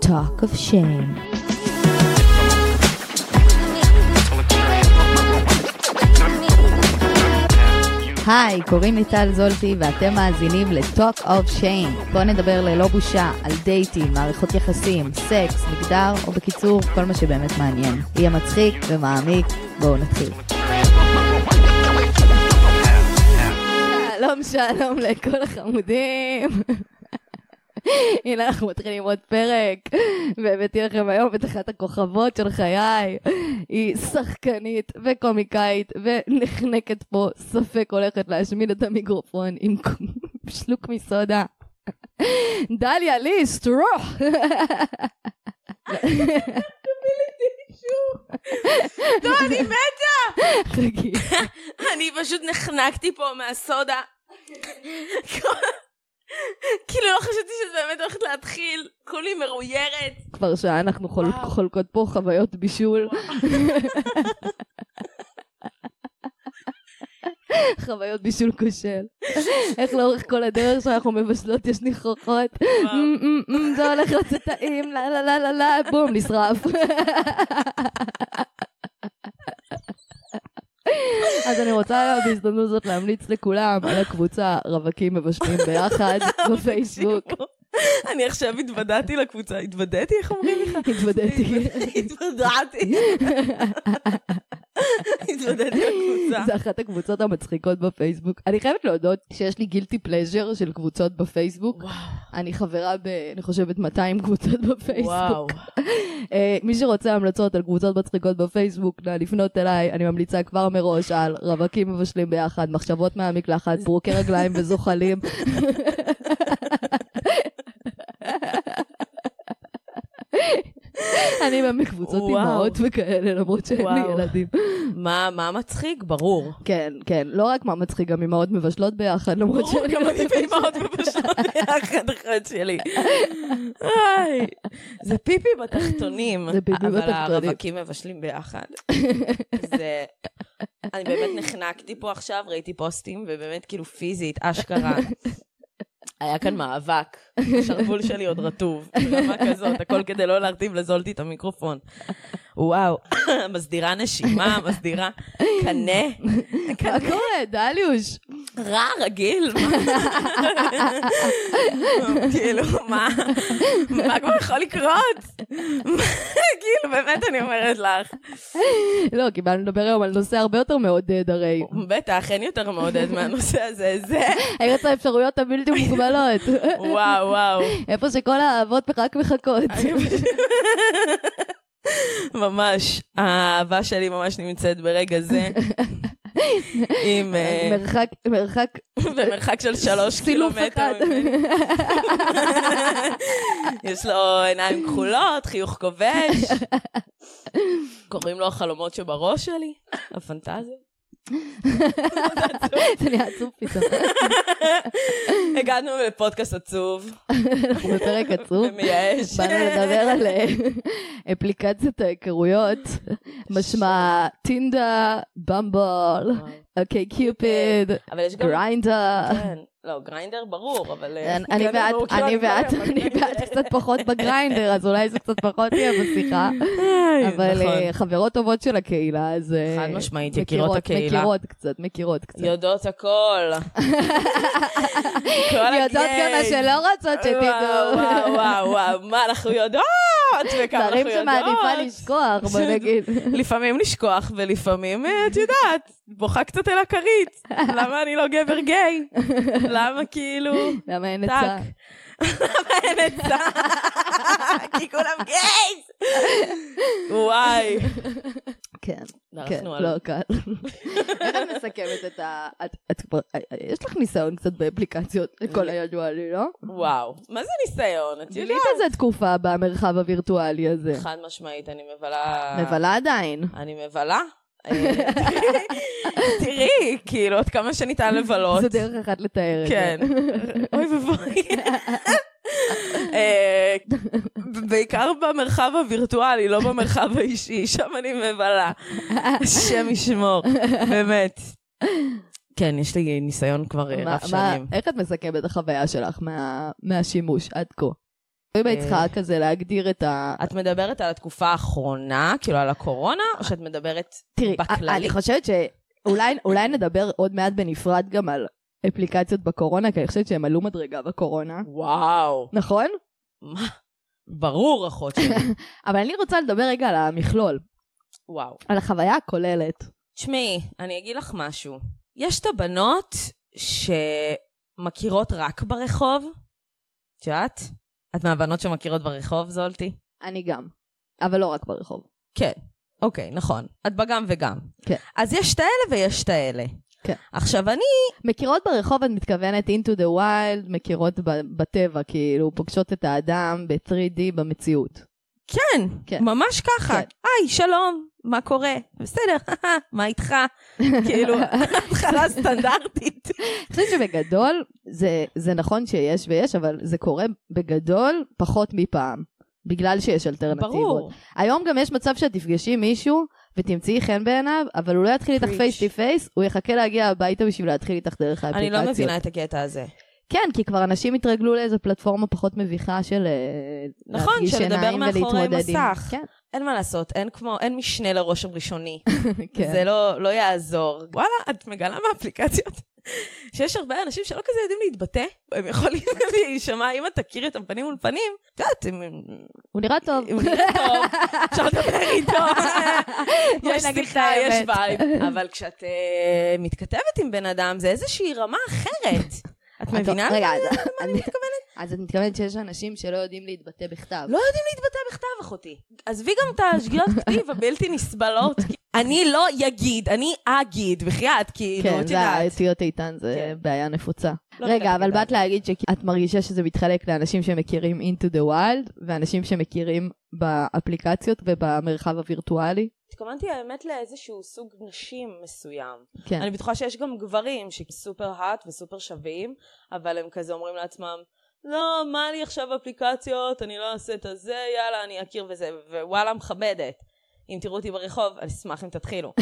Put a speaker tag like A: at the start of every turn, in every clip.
A: Talk of Shame. היי, קוראים לי טל זולטי ואתם מאזינים ל-Talk of Shame. בואו נדבר ללא בושה על דייטים, מערכות יחסים, סקס, מגדר, או בקיצור, כל מה שבאמת מעניין. יהיה מצחיק ומעמיק, בואו נתחיל. שלום, שלום לכל החמודים. הנה אנחנו מתחילים עוד פרק, והבאתי לכם היום את אחת הכוכבות של חיי. היא שחקנית וקומיקאית ונחנקת פה, ספק הולכת להשמיד את המיקרופון עם שלוק מסודה. דליה ליס, טרוח!
B: לא, אני מתה!
A: חגי.
B: אני פשוט נחנקתי פה מהסודה. כאילו לא חשבתי שזה באמת הולך להתחיל, כולי מרואיירת.
A: כבר שעה אנחנו חול-
B: וואו.
A: חולקות פה חוויות בישול. חוויות בישול כושל. איך לאורך כל הדרך שאנחנו מבשלות יש ניחוחות.
B: וואו.
A: "מ, מ, מ, זה הולך לצאת טעים, לה לה לה לה לה, בום, נשרף. אז אני רוצה בהזדמנות זאת להמליץ לכולם על הקבוצה רווקים מבשלים ביחד בפייסבוק.
B: אני עכשיו התוודעתי לקבוצה, התוודעתי? איך אומרים לך?
A: התוודעתי.
B: התוודעתי. התוודעתי לקבוצה.
A: זה אחת הקבוצות המצחיקות בפייסבוק. אני חייבת להודות שיש לי גילטי פלז'ר של קבוצות בפייסבוק. אני חברה ב... אני חושבת 200 קבוצות בפייסבוק.
B: וואו.
A: אה, מי שרוצה המלצות על קבוצות מצחיקות בפייסבוק, נא לפנות אליי. אני ממליצה כבר מראש על רווקים מבשלים ביחד, מחשבות מהמקלחת, פרוקי רגליים וזוחלים. אני בא מקבוצות
B: וואו.
A: אימהות וכאלה, למרות שאין לי
B: וואו.
A: ילדים.
B: מה, מה מצחיק? ברור.
A: כן, כן, לא רק מה מצחיק, גם אמהות מבשלות ביחד, למרות
B: ברור,
A: שאני
B: גם
A: לא
B: אני ואימהות מבשלות ביחד אחת שלי. איי, זה פיפי בתחתונים.
A: זה פיפי בתחתונים.
B: אבל הרווקים מבשלים ביחד. זה... אני באמת נחנקתי פה עכשיו, ראיתי פוסטים, ובאמת כאילו פיזית, אשכרה. היה כאן מאבק. השרוול שלי עוד רטוב. ברמה כזאת, הכל כדי לא להרטיב לזולתי את המיקרופון. וואו, מסדירה נשימה, מסדירה קנה.
A: מה קורה, דליוש?
B: רע רגיל, מה? כאילו, מה? מה כבר יכול לקרות? מה, כאילו, באמת אני אומרת לך.
A: לא, כי באנו לדבר היום על נושא הרבה יותר אה, מעודד הרי.
B: בטח, אין יותר מעודד מהנושא הזה, זה...
A: ארץ האפשרויות הבלתי מוגבלות.
B: וואו, וואו.
A: איפה שכל האהבות רק מחכות.
B: ממש, האהבה שלי ממש נמצאת ברגע זה. עם... אה,
A: מרחק, מרחק,
B: במרחק של שלוש
A: סילוף
B: קילומטר
A: אחד.
B: ממני. יש לו עיניים כחולות, חיוך כובש. קוראים לו החלומות שבראש שלי, הפנטזיה.
A: זה נהיה עצוב פתאום.
B: הגענו לפודקאסט עצוב
A: אנחנו בפרק עצוב.
B: ומייאש.
A: באנו לדבר על אה, אפליקציית ההיכרויות, משמע טינדה, במבל, אוקיי קיופיד,
B: אבל יש אוקיי. גם...
A: גריינדר.
B: כן. לא, גריינדר ברור, אבל... אה,
A: אני- אני
B: גריינדר
A: בעד,
B: ברור, כאילו,
A: אני
B: לא
A: בעד,
B: יודעת,
A: אני
B: אבל-
A: בעד קצת פחות בגריינדר, אז אולי זה קצת פחות יהיה בשיחה. אבל
B: נכון.
A: אה, חברות טובות של הקהילה, אז... אה,
B: חד משמעית, יקירות הקהילה.
A: מכירות קצת, מכירות קצת.
B: יודעות הכל. כל
A: יודעות גם מה
B: הגייז.
A: שלא רוצות
B: אה, וואו,
A: שתדעו.
B: וואו, וואו, וואו, מה אנחנו יודעות? וכמה אנחנו
A: דברים
B: יודעות.
A: שמעדיפה לשכוח, בוא
B: פשוט-
A: נגיד.
B: לפעמים לשכוח, ולפעמים, אה, את יודעת, בוכה קצת אל הכרית. למה אני לא גבר גיי? למה כאילו...
A: למה אין
B: טאק.
A: עצה?
B: למה אין עצה? כי כולם גייז! וואי.
A: כן, כן,
B: דרכנו על-
A: לא קל. איך את מסכמת את ה... את- את כבר- אה, יש לך ניסיון קצת באפליקציות, לכל הידוע לי, לא?
B: וואו. מה זה ניסיון? את
A: גילית
B: יודעת?
A: איזה תקופה במרחב הווירטואלי הזה.
B: חד משמעית, אני מבלה...
A: מבלה עדיין.
B: אני מבלה. אה, תראי, כאילו, עוד כמה שניתן לבלות.
A: זו דרך אחת לתאר את זה.
B: כן. אוי ואבוי. אה, בעיקר במרחב הווירטואלי, לא במרחב האישי, שם אני מבלה. השם ישמור, באמת. כן, יש לי ניסיון כבר אה,
A: מה-
B: רב
A: מה-
B: שנים.
A: איך את מסכמת את החוויה שלך מה- מהשימוש עד כה? אם
B: אה.
A: היית צריכה כזה להגדיר את ה...
B: את מדברת על התקופה האחרונה, כאילו על הקורונה, או שאת מדברת...
A: תראי,
B: בכללי.
A: אני חושבת שאולי אולי נדבר עוד מעט בנפרד גם על אפליקציות בקורונה, כי אני חושבת שהם עלו מדרגה בקורונה.
B: וואו.
A: נכון?
B: מה? ברור, אחות שלי.
A: אבל אני רוצה לדבר רגע על המכלול,
B: וואו.
A: על החוויה הכוללת.
B: תשמעי, אני אגיד לך משהו. יש את הבנות שמכירות רק ברחוב, את יודעת? את מהבנות שמכירות ברחוב, זולתי?
A: אני גם, אבל לא רק ברחוב.
B: כן. אוקיי, נכון. את בגם וגם.
A: כן.
B: אז יש את האלה ויש את האלה.
A: כן.
B: עכשיו, אני
A: מכירות ברחוב, את מתכוונת into the wild, מכירות ב- בטבע, כאילו, פוגשות את האדם ב-3D במציאות.
B: כן,
A: כן.
B: כן. ממש ככה.
A: כן.
B: היי, שלום, מה קורה? בסדר, מה איתך? כאילו, התחלה סטנדרטית.
A: אני חושבת שבגדול, זה, זה נכון שיש ויש, אבל זה קורה בגדול פחות מפעם. בגלל שיש אלטרנטיבות.
B: ברור.
A: היום גם יש מצב שאת תפגשי מישהו ותמצאי חן בעיניו, אבל הוא לא יתחיל איתך
B: Preach.
A: פייס טו פייס, הוא יחכה להגיע הביתה בשביל להתחיל איתך דרך
B: אני
A: האפליקציות.
B: לא מבינה את הקטע הזה.
A: כן, כי כבר אנשים התרגלו לאיזו פלטפורמה פחות מביכה של אה,
B: נכון,
A: להפגיש
B: של לדבר
A: עיניים
B: מאחורי
A: ולהתמודד עם-
B: מסך.
A: כן,
B: אין מה לעשות, אין כמו, אין משנה לרושם ראשוני.
A: כן.
B: זה לא, לא יעזור. וואלה, את מגלה מהאפליקציות שיש הרבה אנשים שלא כזה יודעים להתבטא, הם יכולים להישמע, אם את תכירי אותם פנים מול פנים, את יודעת, הם- הם
A: הוא נראה טוב.
B: הוא נראה טוב, אפשר לדבר איתו.
A: בואי
B: יש
A: נגיד את
B: שיחה, יש
A: האמת.
B: וייב. אבל כשאת אה, מתכתבת עם בן אדם, זה איזושהי רמה אחרת. את
A: את-
B: מבינה?
A: רגע, אז- אני מתכוונת? אז את מתכוונת שיש אנשים שלא יודעים להתבטא בכתב.
B: לא יודעים להתבטא בכתב, אחותי. עזבי גם את השגיאות כתיב הבלתי נסבלות. אני לא יגיד, אני אגיד, בחייאת, כאילו,
A: כן,
B: את
A: זה
B: יודעת.
A: האותיות איתן, זה
B: כן.
A: בעיה נפוצה.
B: לא
A: רגע,
B: יודעת,
A: אבל
B: יודעת.
A: באת להגיד שאת מרגישה שזה מתחלק לאנשים שמכירים into the wild, ואנשים שמכירים באפליקציות ובמרחב הווירטואלי?
B: התכוונתי האמת לאיזשהו סוג נשים מסוים.
A: כן.
B: אני בטוחה שיש גם גברים שסופר האט וסופר שווים, אבל הם כזה אומרים לעצמם, לא, מה לי עכשיו אפליקציות, אני לא אעשה את הזה, יאללה, אני אכיר וזה, ווואלה, מכבדת. אם תראו אותי ברחוב, אני אשמח אם תתחילו.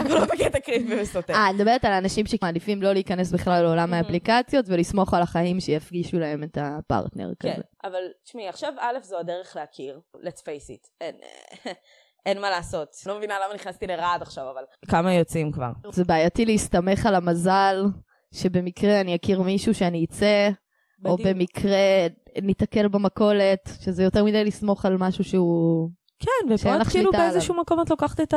B: אבל לא בקטע קריב ומסוטט.
A: אה, את מדברת על האנשים שמעדיפים לא להיכנס בכלל לעולם
B: Mhm.
A: האפליקציות ולסמוך על החיים שיפגישו להם את הפרטנר
B: כן,
A: כזה.
B: אבל תשמעי, עכשיו א' זו הדרך להכיר, let's face it, אין, אין מה לעשות. לא מבינה למה נכנסתי לרעד עכשיו, אבל... כמה יוצאים כבר?
A: זה בעייתי להסתמך על המזל שבמקרה אני אכיר מישהו שאני אצא, או
B: בדיוק.
A: במקרה ניתקל במכולת, שזה יותר מדי לסמוך על משהו שהוא...
B: כן,
A: שאין
B: ופה
A: לך
B: את כאילו
A: שליטה עליו.
B: באיזשהו מקום את לוקחת את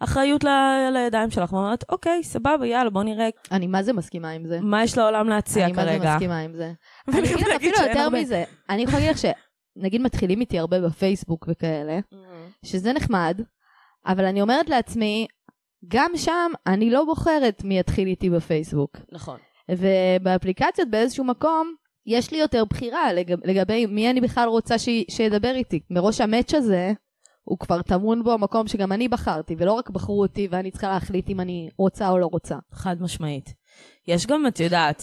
B: האחריות ל- לידיים שלך, ואומרת, אוקיי, סבבה, יאללה, בוא נראה
A: אני מה זה מסכימה עם זה?
B: מה יש לעולם להציע
A: כן. אני מה זה
B: כרגע.
A: מסכימה עם זה.
B: ואני
A: אני
B: חייבת
A: אגיד לך
B: להגיד
A: אפילו
B: שאין
A: יותר
B: הרבה.
A: מזה, אני יכולה להגיד לך שנגיד מתחילים איתי הרבה בפייסבוק וכאלה, שזה נחמד, אבל אני אומרת לעצמי, גם שם אני לא בוחרת מי יתחיל איתי בפייסבוק.
B: נכון.
A: ובאפליקציות באיזשהו מקום, יש לי יותר בחירה לגב, לגבי מי אני בכלל רוצה ש... שידבר איתי. מראש המאץ' הזה, הוא כבר טמון בו המקום שגם אני בחרתי, ולא רק בחרו אותי ואני צריכה להחליט אם אני רוצה או לא רוצה.
B: חד משמעית. יש גם, את יודעת,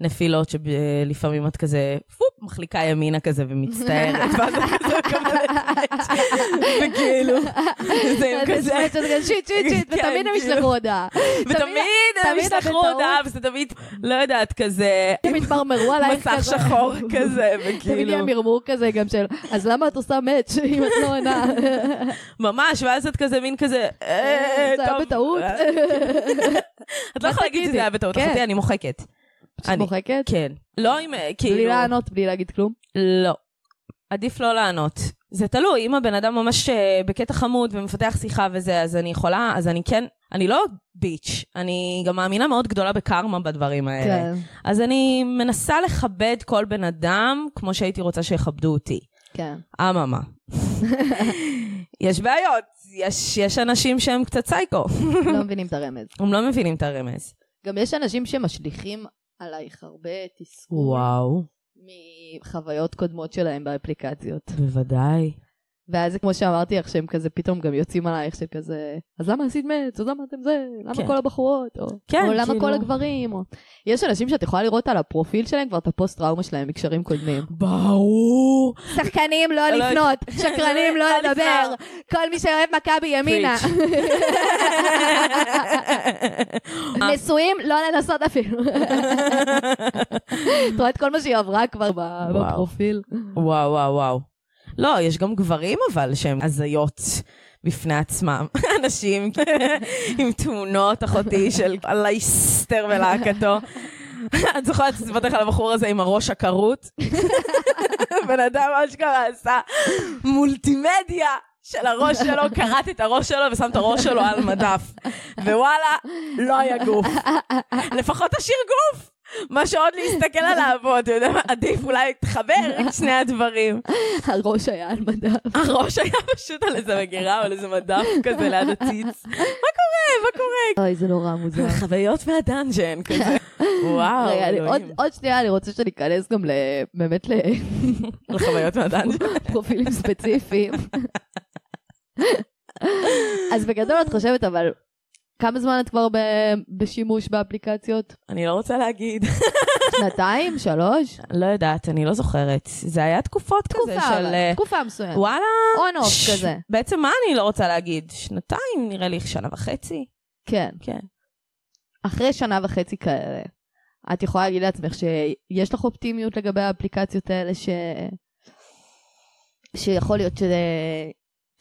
B: נפילות שלפעמים את כזה, פופ, מחליקה ימינה כזה ומצטערת, ואז את כזה מקבלת מאץ', וכאילו, זה
A: אז יש
B: כזה,
A: מאץ' הזה, שיט, שיט, שיט,
B: כן,
A: ותמיד הם
B: כאילו.
A: ישלחו הודעה.
B: ותמיד הם
A: תמיד
B: ישלחו
A: בטעות.
B: הודעה, וזה תמיד, לא יודעת, כזה,
A: הם התמרמרו עלייך כזה.
B: מסך שחור כזה,
A: תמיד
B: כאילו. וכאילו,
A: יהיה מרמור כזה גם של, אז למה את עושה מאץ' אם את לא עונה?
B: ממש, ואז את כזה, מין כזה, אה,
A: זה היה
B: טוב,
A: בטעות.
B: אה, את לא יכולה להגיד שזה היה בטעות,
A: כן.
B: אחותי, אני מוחקת.
A: את מוחקת?
B: כן. לא עם, אה, כאילו...
A: בלי לענות, בלי להגיד כלום.
B: לא. עדיף לא לענות. זה תלוי, אם הבן אדם ממש אה, בקטע חמוד ומפתח שיחה וזה, אז אני יכולה, אז אני כן, אני לא ביץ', אני גם מאמינה מאוד גדולה בקרמה בדברים האלה. כן.
A: כן,
B: אז אני מנסה לכבד כל בן אדם כמו שהייתי רוצה שיכבדו אותי.
A: כן.
B: אממה. יש בעיות, יש, יש אנשים שהם קצת סייקו,
A: לא מבינים את הרמז.
B: הם לא מבינים את הרמז.
A: גם יש אנשים שמשליכים עלייך הרבה תסכול
B: וואו,
A: מחוויות קודמות שלהם באפליקציות.
B: בוודאי.
A: ואז כמו שאמרתי לך, שהם כזה פתאום גם יוצאים עלייך של כזה, אז למה עשית מאץ? אז למה אתם זה? למה
B: כן.
A: כל הבחורות? או,
B: כן,
A: או למה
B: כאילו.
A: כל הגברים? או... יש אנשים שאת יכולה לראות על הפרופיל שלהם כבר את הפוסט-טראומה שלהם מקשרים קודמים.
B: ברור.
A: שחקנים לא
B: לא-
A: לפנות, שקרנים לא
B: לא
A: לדבר, כל מי שאוהב מכבי ימינה, נשואים לא לנסות אפילו. את רואה את כל מה שהיא עברה כבר ב-
B: וואו.
A: בפרופיל.
B: וואו, וואו, וואו. לא, יש גם גברים אבל שהם הזיות בפני עצמם. אנשים עם תמונות, אחותי, של הלייסטר ולהקתו. את זוכרת לספר על הבחור הזה עם הראש הכרות? בן אדם אשכרה עשה מולטימדיה של הראש שלו, קרט את הראש שלו ושם את הראש שלו על מדף. ווואלה, לא היה גוף. לפחות תשאיר גוף. מה שעוד להסתכל עליו, או אתה יודע מה, עדיף אולי תחבר את שני הדברים.
A: הראש היה על מדף.
B: הראש היה פשוט על איזה מגירה או על איזה מדף כזה ליד הציץ. מה קורה? מה קורה?
A: אוי, זה נורא מוזר.
B: חוויות מהדאנג'ן כזה. וואו,
A: רגע, אני- עוד-
B: אלוהים.
A: עוד שנייה אני רוצה שניכנס גם ל- באמת
B: על חוויות מהדאנג'ן.
A: לפרופילים ספציפיים. אז בגדול את חושבת, אבל כמה זמן את כבר ב- בשימוש באפליקציות?
B: אני לא רוצה להגיד.
A: שנתיים? שלוש?
B: לא יודעת, אני לא זוכרת. זה היה תקופות כזה
A: תקופה,
B: של...
A: אבל,
B: אה,
A: תקופה מסוימת.
B: וואלה.
A: און אוף
B: ש-
A: כזה.
B: בעצם מה אני לא רוצה להגיד? שנתיים, נראה לי שנה וחצי.
A: כן.
B: כן.
A: אחרי שנה וחצי כאלה, את יכולה להגיד לעצמך שיש לך אופטימיות לגבי האפליקציות האלה, ש... שיכול להיות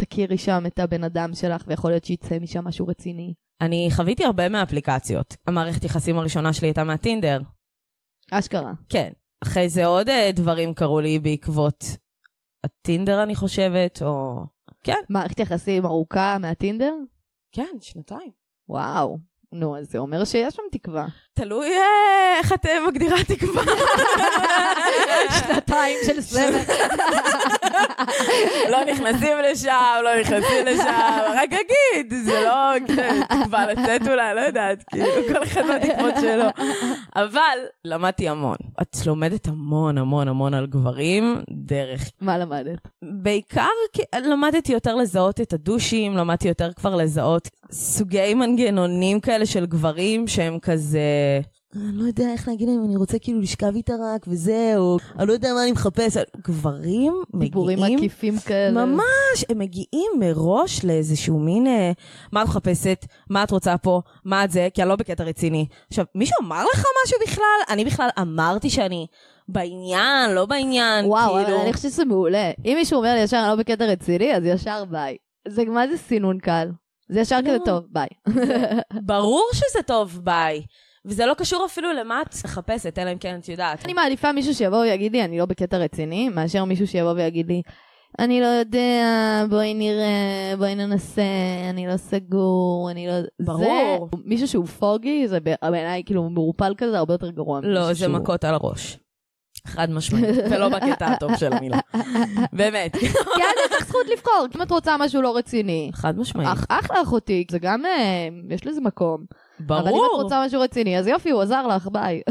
A: שתכירי שם את הבן אדם שלך, ויכול להיות שיצא משם משהו רציני.
B: אני חוויתי הרבה מהאפליקציות. המערכת יחסים הראשונה שלי הייתה מהטינדר.
A: אשכרה.
B: כן. אחרי זה עוד אה, דברים קרו לי בעקבות הטינדר, אני חושבת, או... כן.
A: מערכת יחסים ארוכה מהטינדר?
B: כן, שנתיים.
A: וואו. נו, אז זה אומר שיש שם תקווה.
B: תלוי אה, איך את אה, מגדירה תקווה.
A: שנתיים של סבל.
B: לא נכנסים לשם, לא נכנסים לשם, רק אגיד, זה לא כן, תקווה לצאת אולי, לא יודעת, כאילו, כל אחד מהתקוות שלו. אבל למדתי המון. את לומדת המון המון המון על גברים דרך
A: מה למדת?
B: בעיקר כי למדתי יותר לזהות את הדושים, למדתי יותר כבר לזהות סוגי מנגנונים כאלה של גברים שהם כזה... אני לא יודע איך להגיד להם, אני רוצה כאילו לשכב איתה רק וזהו, אני לא יודע מה אני מחפש. גברים
A: דיבורים
B: מגיעים...
A: עקיפים כאלה.
B: ממש, הם מגיעים מראש לאיזשהו מין, אה, מה את מחפשת, מה את רוצה פה, מה את זה, כי אני לא בקטע רציני. עכשיו, מישהו אמר לך משהו בכלל? אני בכלל אמרתי שאני בעניין, לא בעניין,
A: וואו,
B: כאילו...
A: אבל אני חושבת שזה מעולה. אם מישהו אומר לי ישר, אני לא בקטע רציני, אז ישר ביי. זה, מה זה סינון קל? זה ישר
B: לא.
A: כזה טוב, ביי.
B: ברור שזה טוב, ביי. וזה לא קשור אפילו למה את מחפשת, אלא אם כן את יודעת.
A: אני מעדיפה מישהו שיבוא ויגיד לי, אני לא בקטע רציני, מאשר מישהו שיבוא ויגיד לי, אני לא יודע, בואי נראה, בואי ננסה, אני לא סגור, אני לא...
B: ברור.
A: זה, מישהו שהוא פוגי, זה בעיניי כאילו מעורפל כזה, הרבה יותר גרוע.
B: לא,
A: ממישהו
B: זה
A: שהוא-
B: מכות על הראש. חד משמעית, ולא בקטע הטוב של המילה. באמת.
A: כן, יש לך זכות לבחור, אם את רוצה משהו לא רציני.
B: חד משמעית.
A: אך אחלה אחותי, זה גם, אה, יש לזה מקום. אבל אם את
B: ברור.
A: רוצה משהו רציני, אז יופי, הוא עזר לך, ביי.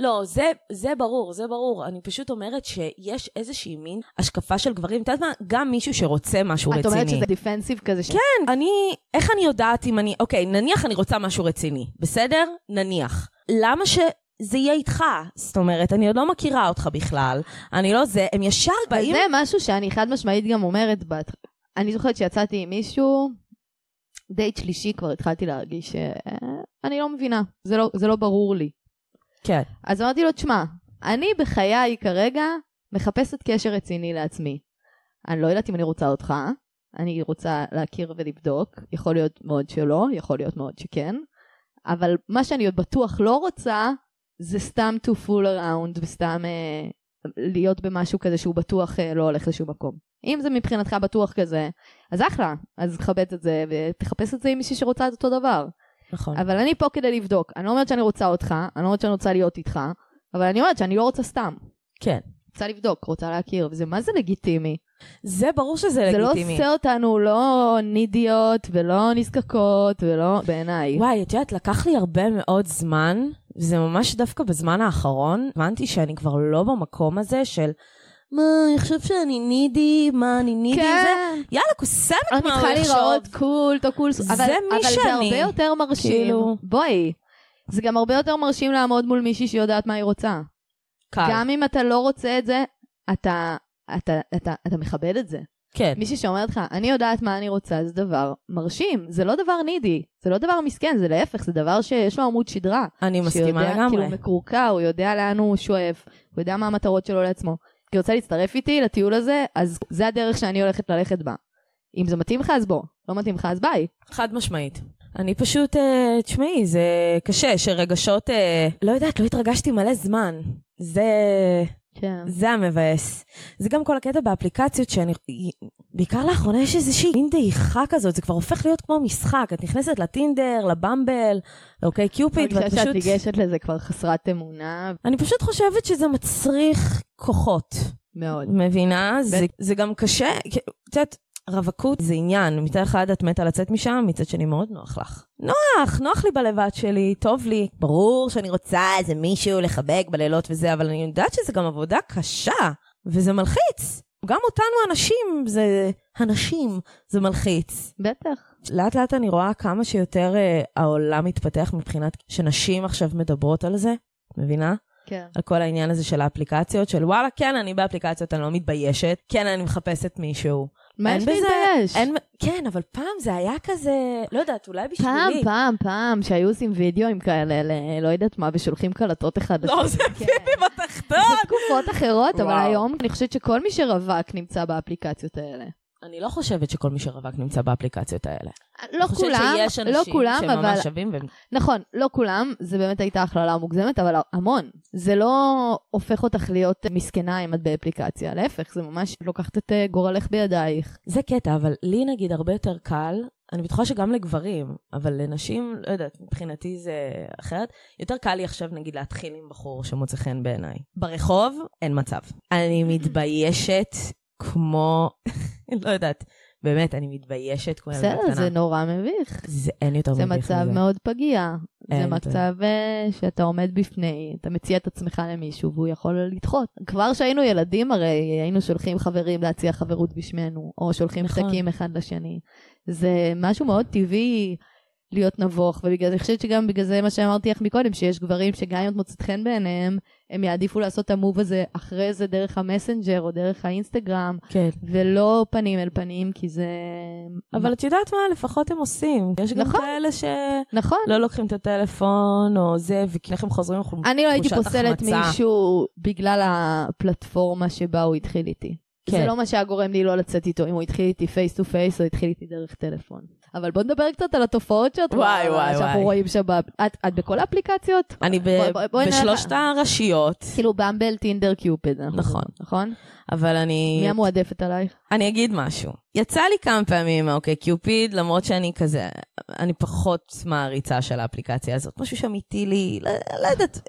B: לא, זה, זה ברור, זה ברור. אני פשוט אומרת שיש איזושהי מין השקפה של גברים. את יודעת מה? גם מישהו שרוצה משהו רציני.
A: את אומרת שזה דיפנסיב כזה. ש-
B: כן, אני, איך אני יודעת אם אני, אוקיי, נניח אני רוצה משהו רציני, בסדר? נניח. למה שזה יהיה איתך? זאת אומרת, אני עוד לא מכירה אותך בכלל, אני לא זה, הם ישר באים...
A: זה משהו שאני חד משמעית גם אומרת, בת... אני זוכרת שיצאתי עם מישהו, דייט שלישי כבר התחלתי להרגיש שאני לא מבינה, זה לא, זה לא ברור לי.
B: כן.
A: אז אמרתי לו, תשמע, אני בחיי כרגע מחפשת קשר רציני לעצמי. אני לא יודעת אם אני רוצה אותך, אני רוצה להכיר ולבדוק, יכול להיות מאוד שלא, יכול להיות מאוד שכן, אבל מה שאני עוד בטוח לא רוצה, זה סתם to fool around וסתם אה, להיות במשהו כזה שהוא בטוח אה, לא הולך לשום מקום. אם זה מבחינתך בטוח כזה, אז אחלה, אז תכבד את זה ותחפש את זה עם מישהי שרוצה את אותו דבר.
B: נכון.
A: אבל אני פה כדי לבדוק. אני לא אומרת שאני רוצה אותך, אני לא אומרת שאני רוצה להיות איתך, אבל אני אומרת שאני לא רוצה סתם.
B: כן.
A: רוצה לבדוק, רוצה להכיר, וזה מה זה לגיטימי.
B: זה ברור שזה
A: זה לא
B: לגיטימי.
A: עושה אותנו לא נידיות ולא נזקקות ולא בעיניי.
B: וואי, את יודעת, לקח לי הרבה מאוד זמן, וזה ממש דווקא בזמן האחרון, הבנתי שאני כבר לא במקום הזה של מה, אני חושב שאני נידי, מה, אני נידי? זה?
A: כן.
B: יאללה, קוסמת
A: אני
B: מה
A: צריכה
B: הוא
A: להיראות
B: יחשוב.
A: קול, טו קול,
B: זה
A: אבל-
B: מי
A: אבל זה
B: שאני.
A: הרבה יותר מרשים.
B: כאילו-
A: בואי. זה גם הרבה יותר מרשים לעמוד מול מישהי שיודעת מה היא רוצה.
B: קל.
A: גם אם אתה לא רוצה את זה, אתה, אתה, אתה, אתה מכבד את זה.
B: כן.
A: מישהי שאומרת לך, אני יודעת מה אני רוצה, זה דבר מרשים. זה לא דבר נידי. זה לא דבר מסכן, זה להפך, זה דבר שיש לו עמוד שדרה.
B: אני מסכימה
A: שיודע,
B: לגמרי.
A: כאילו, מקורקע, הוא יודע לאן הוא שואף, הוא יודע מה המטרות שלו לעצמו. כי רוצה להצטרף איתי לטיול הזה, אז זה הדרך שאני הולכת ללכת בה. אם זה מתאים לך, אז בוא. לא מתאים לך, אז ביי.
B: חד משמעית. אני פשוט, אה, תשמעי, זה קשה, שרגשות... אה, לא יודעת, לא התרגשתי מלא זמן. זה...
A: כן.
B: זה המבאס. זה גם כל הקטע באפליקציות שאני... בעיקר לאחרונה יש איזושהי מין דעיכה כזאת, זה כבר הופך להיות כמו משחק. את נכנסת לטינדר, לבמבל, לאוקיי קיופיד,
A: אני
B: ואת
A: חושבת שאת
B: פשוט...
A: ניגשת לזה כבר חסרת אמונה
B: אני פשוט חושבת שזה מצריך כוחות.
A: מאוד.
B: מבינה? זה, זה גם קשה. כי- את יודעת, רווקות זה עניין. מצד אחד את מתה לצאת משם, מצד שני מאוד נוח לך. נוח, נוח לי בלבד שלי, טוב לי. ברור שאני רוצה איזה מישהו לחבק בלילות וזה, אבל אני יודעת שזה גם עבודה קשה, וזה מלחיץ. גם אותנו הנשים, זה... הנשים, זה מלחיץ.
A: בטח.
B: לאט לאט אני רואה כמה שיותר אה, העולם מתפתח מבחינת שנשים עכשיו מדברות על זה, מבינה?
A: כן.
B: על כל העניין הזה של האפליקציות, של וואלה, כן, אני באפליקציות, אני לא מתביישת, כן, אני מחפשת מישהו.
A: מה
B: אין
A: יש לי
B: בזה-
A: להתבייש?
B: אין, כן, אבל פעם זה היה כזה, לא יודעת, אולי בשבילי.
A: פעם, פעם, פעם, שהיו עושים וידאוים כאלה, ל- לא יודעת מה, ושולחים קלטות אחד לשני.
B: לא, זה
A: כן.
B: פיפי בתחתון.
A: זה תקופות אחרות, אבל
B: וואו.
A: היום אני חושבת שכל מי שרווק נמצא באפליקציות האלה.
B: אני לא חושבת שכל מי שרווק נמצא באפליקציות האלה.
A: לא כולם,
B: אני חושבת שיש
A: לא
B: אנשים
A: כולם,
B: שהם
A: אבל...
B: ממש שווים, והם-
A: נכון, לא כולם, זה באמת הייתה הכללה מוגזמת, אבל המון. זה לא הופך אותך להיות מסכנה אם את באפליקציה, להפך, זה ממש לוקחת את אה, גורלך בידייך.
B: זה קטע, אבל לי נגיד הרבה יותר קל, אני בטוחה שגם לגברים, אבל לנשים, לא יודעת, מבחינתי זה אחרת, יותר קל לי עכשיו נגיד להתחיל עם בחור שמוצא חן בעיניי. ברחוב, אין מצב. אני מתביישת כמו, לא יודעת, באמת, אני מתביישת כמו ילדה
A: בסדר,
B: קטנה.
A: זה נורא מביך.
B: זה אין יותר
A: זה
B: לא מביך
A: מצב
B: מזה.
A: מאוד פגיע. זה
B: אין יותר.
A: מצב אה, שאתה עומד בפני, אתה מציע את עצמך למישהו והוא יכול לדחות. כבר כשהיינו ילדים הרי היינו שולחים חברים להציע חברות בשמנו, או שולחים
B: נכון.
A: פתקים אחד לשני. זה משהו מאוד טבעי להיות נבוך, ובגלל זה, אני חושבת שגם בגלל זה מה שאמרתי לך מקודם, שיש גברים שגם אם את מוצאת חן בעיניהם, הם יעדיפו לעשות את המוב הזה אחרי זה דרך המסנג'ר או דרך האינסטגרם,
B: כן.
A: ולא פנים אל פנים, כי זה...
B: אבל את יודעת מה? לפחות הם עושים. יש גם
A: לא. נכון.
B: כאלה שלא
A: נכון.
B: לוקחים את הטלפון או זה, וכאילו איך הם חוזרים אנחנו
A: אני לא הייתי
B: תחושת
A: פוסלת
B: החמצה.
A: מישהו בגלל הפלטפורמה שבה הוא התחיל איתי.
B: כן.
A: זה לא מה שהיה גורם לי לא לצאת איתו, אם הוא התחיל איתי פייס טו פייס או התחיל איתי דרך טלפון. אבל בוא נדבר קצת על התופעות שאת
B: וואי,
A: רואה,
B: וואי,
A: שאנחנו
B: וואי.
A: רואים שם. ב- את, את בכל האפליקציות?
B: אני ב-
A: בואי- בואי- בואי נלך-
B: בשלושת הרשויות,
A: כאילו במבל, טינדר, קיופיד. אנחנו
B: נכון.
A: מדברים, נכון?
B: אבל אני...
A: מי המועדפת עלייך?
B: אני אגיד משהו. יצא לי כמה פעמים, אוקיי, קיופיד, למרות שאני כזה, אני פחות מעריצה של האפליקציה הזאת. משהו שם איתי לי, לא, לא יודעת,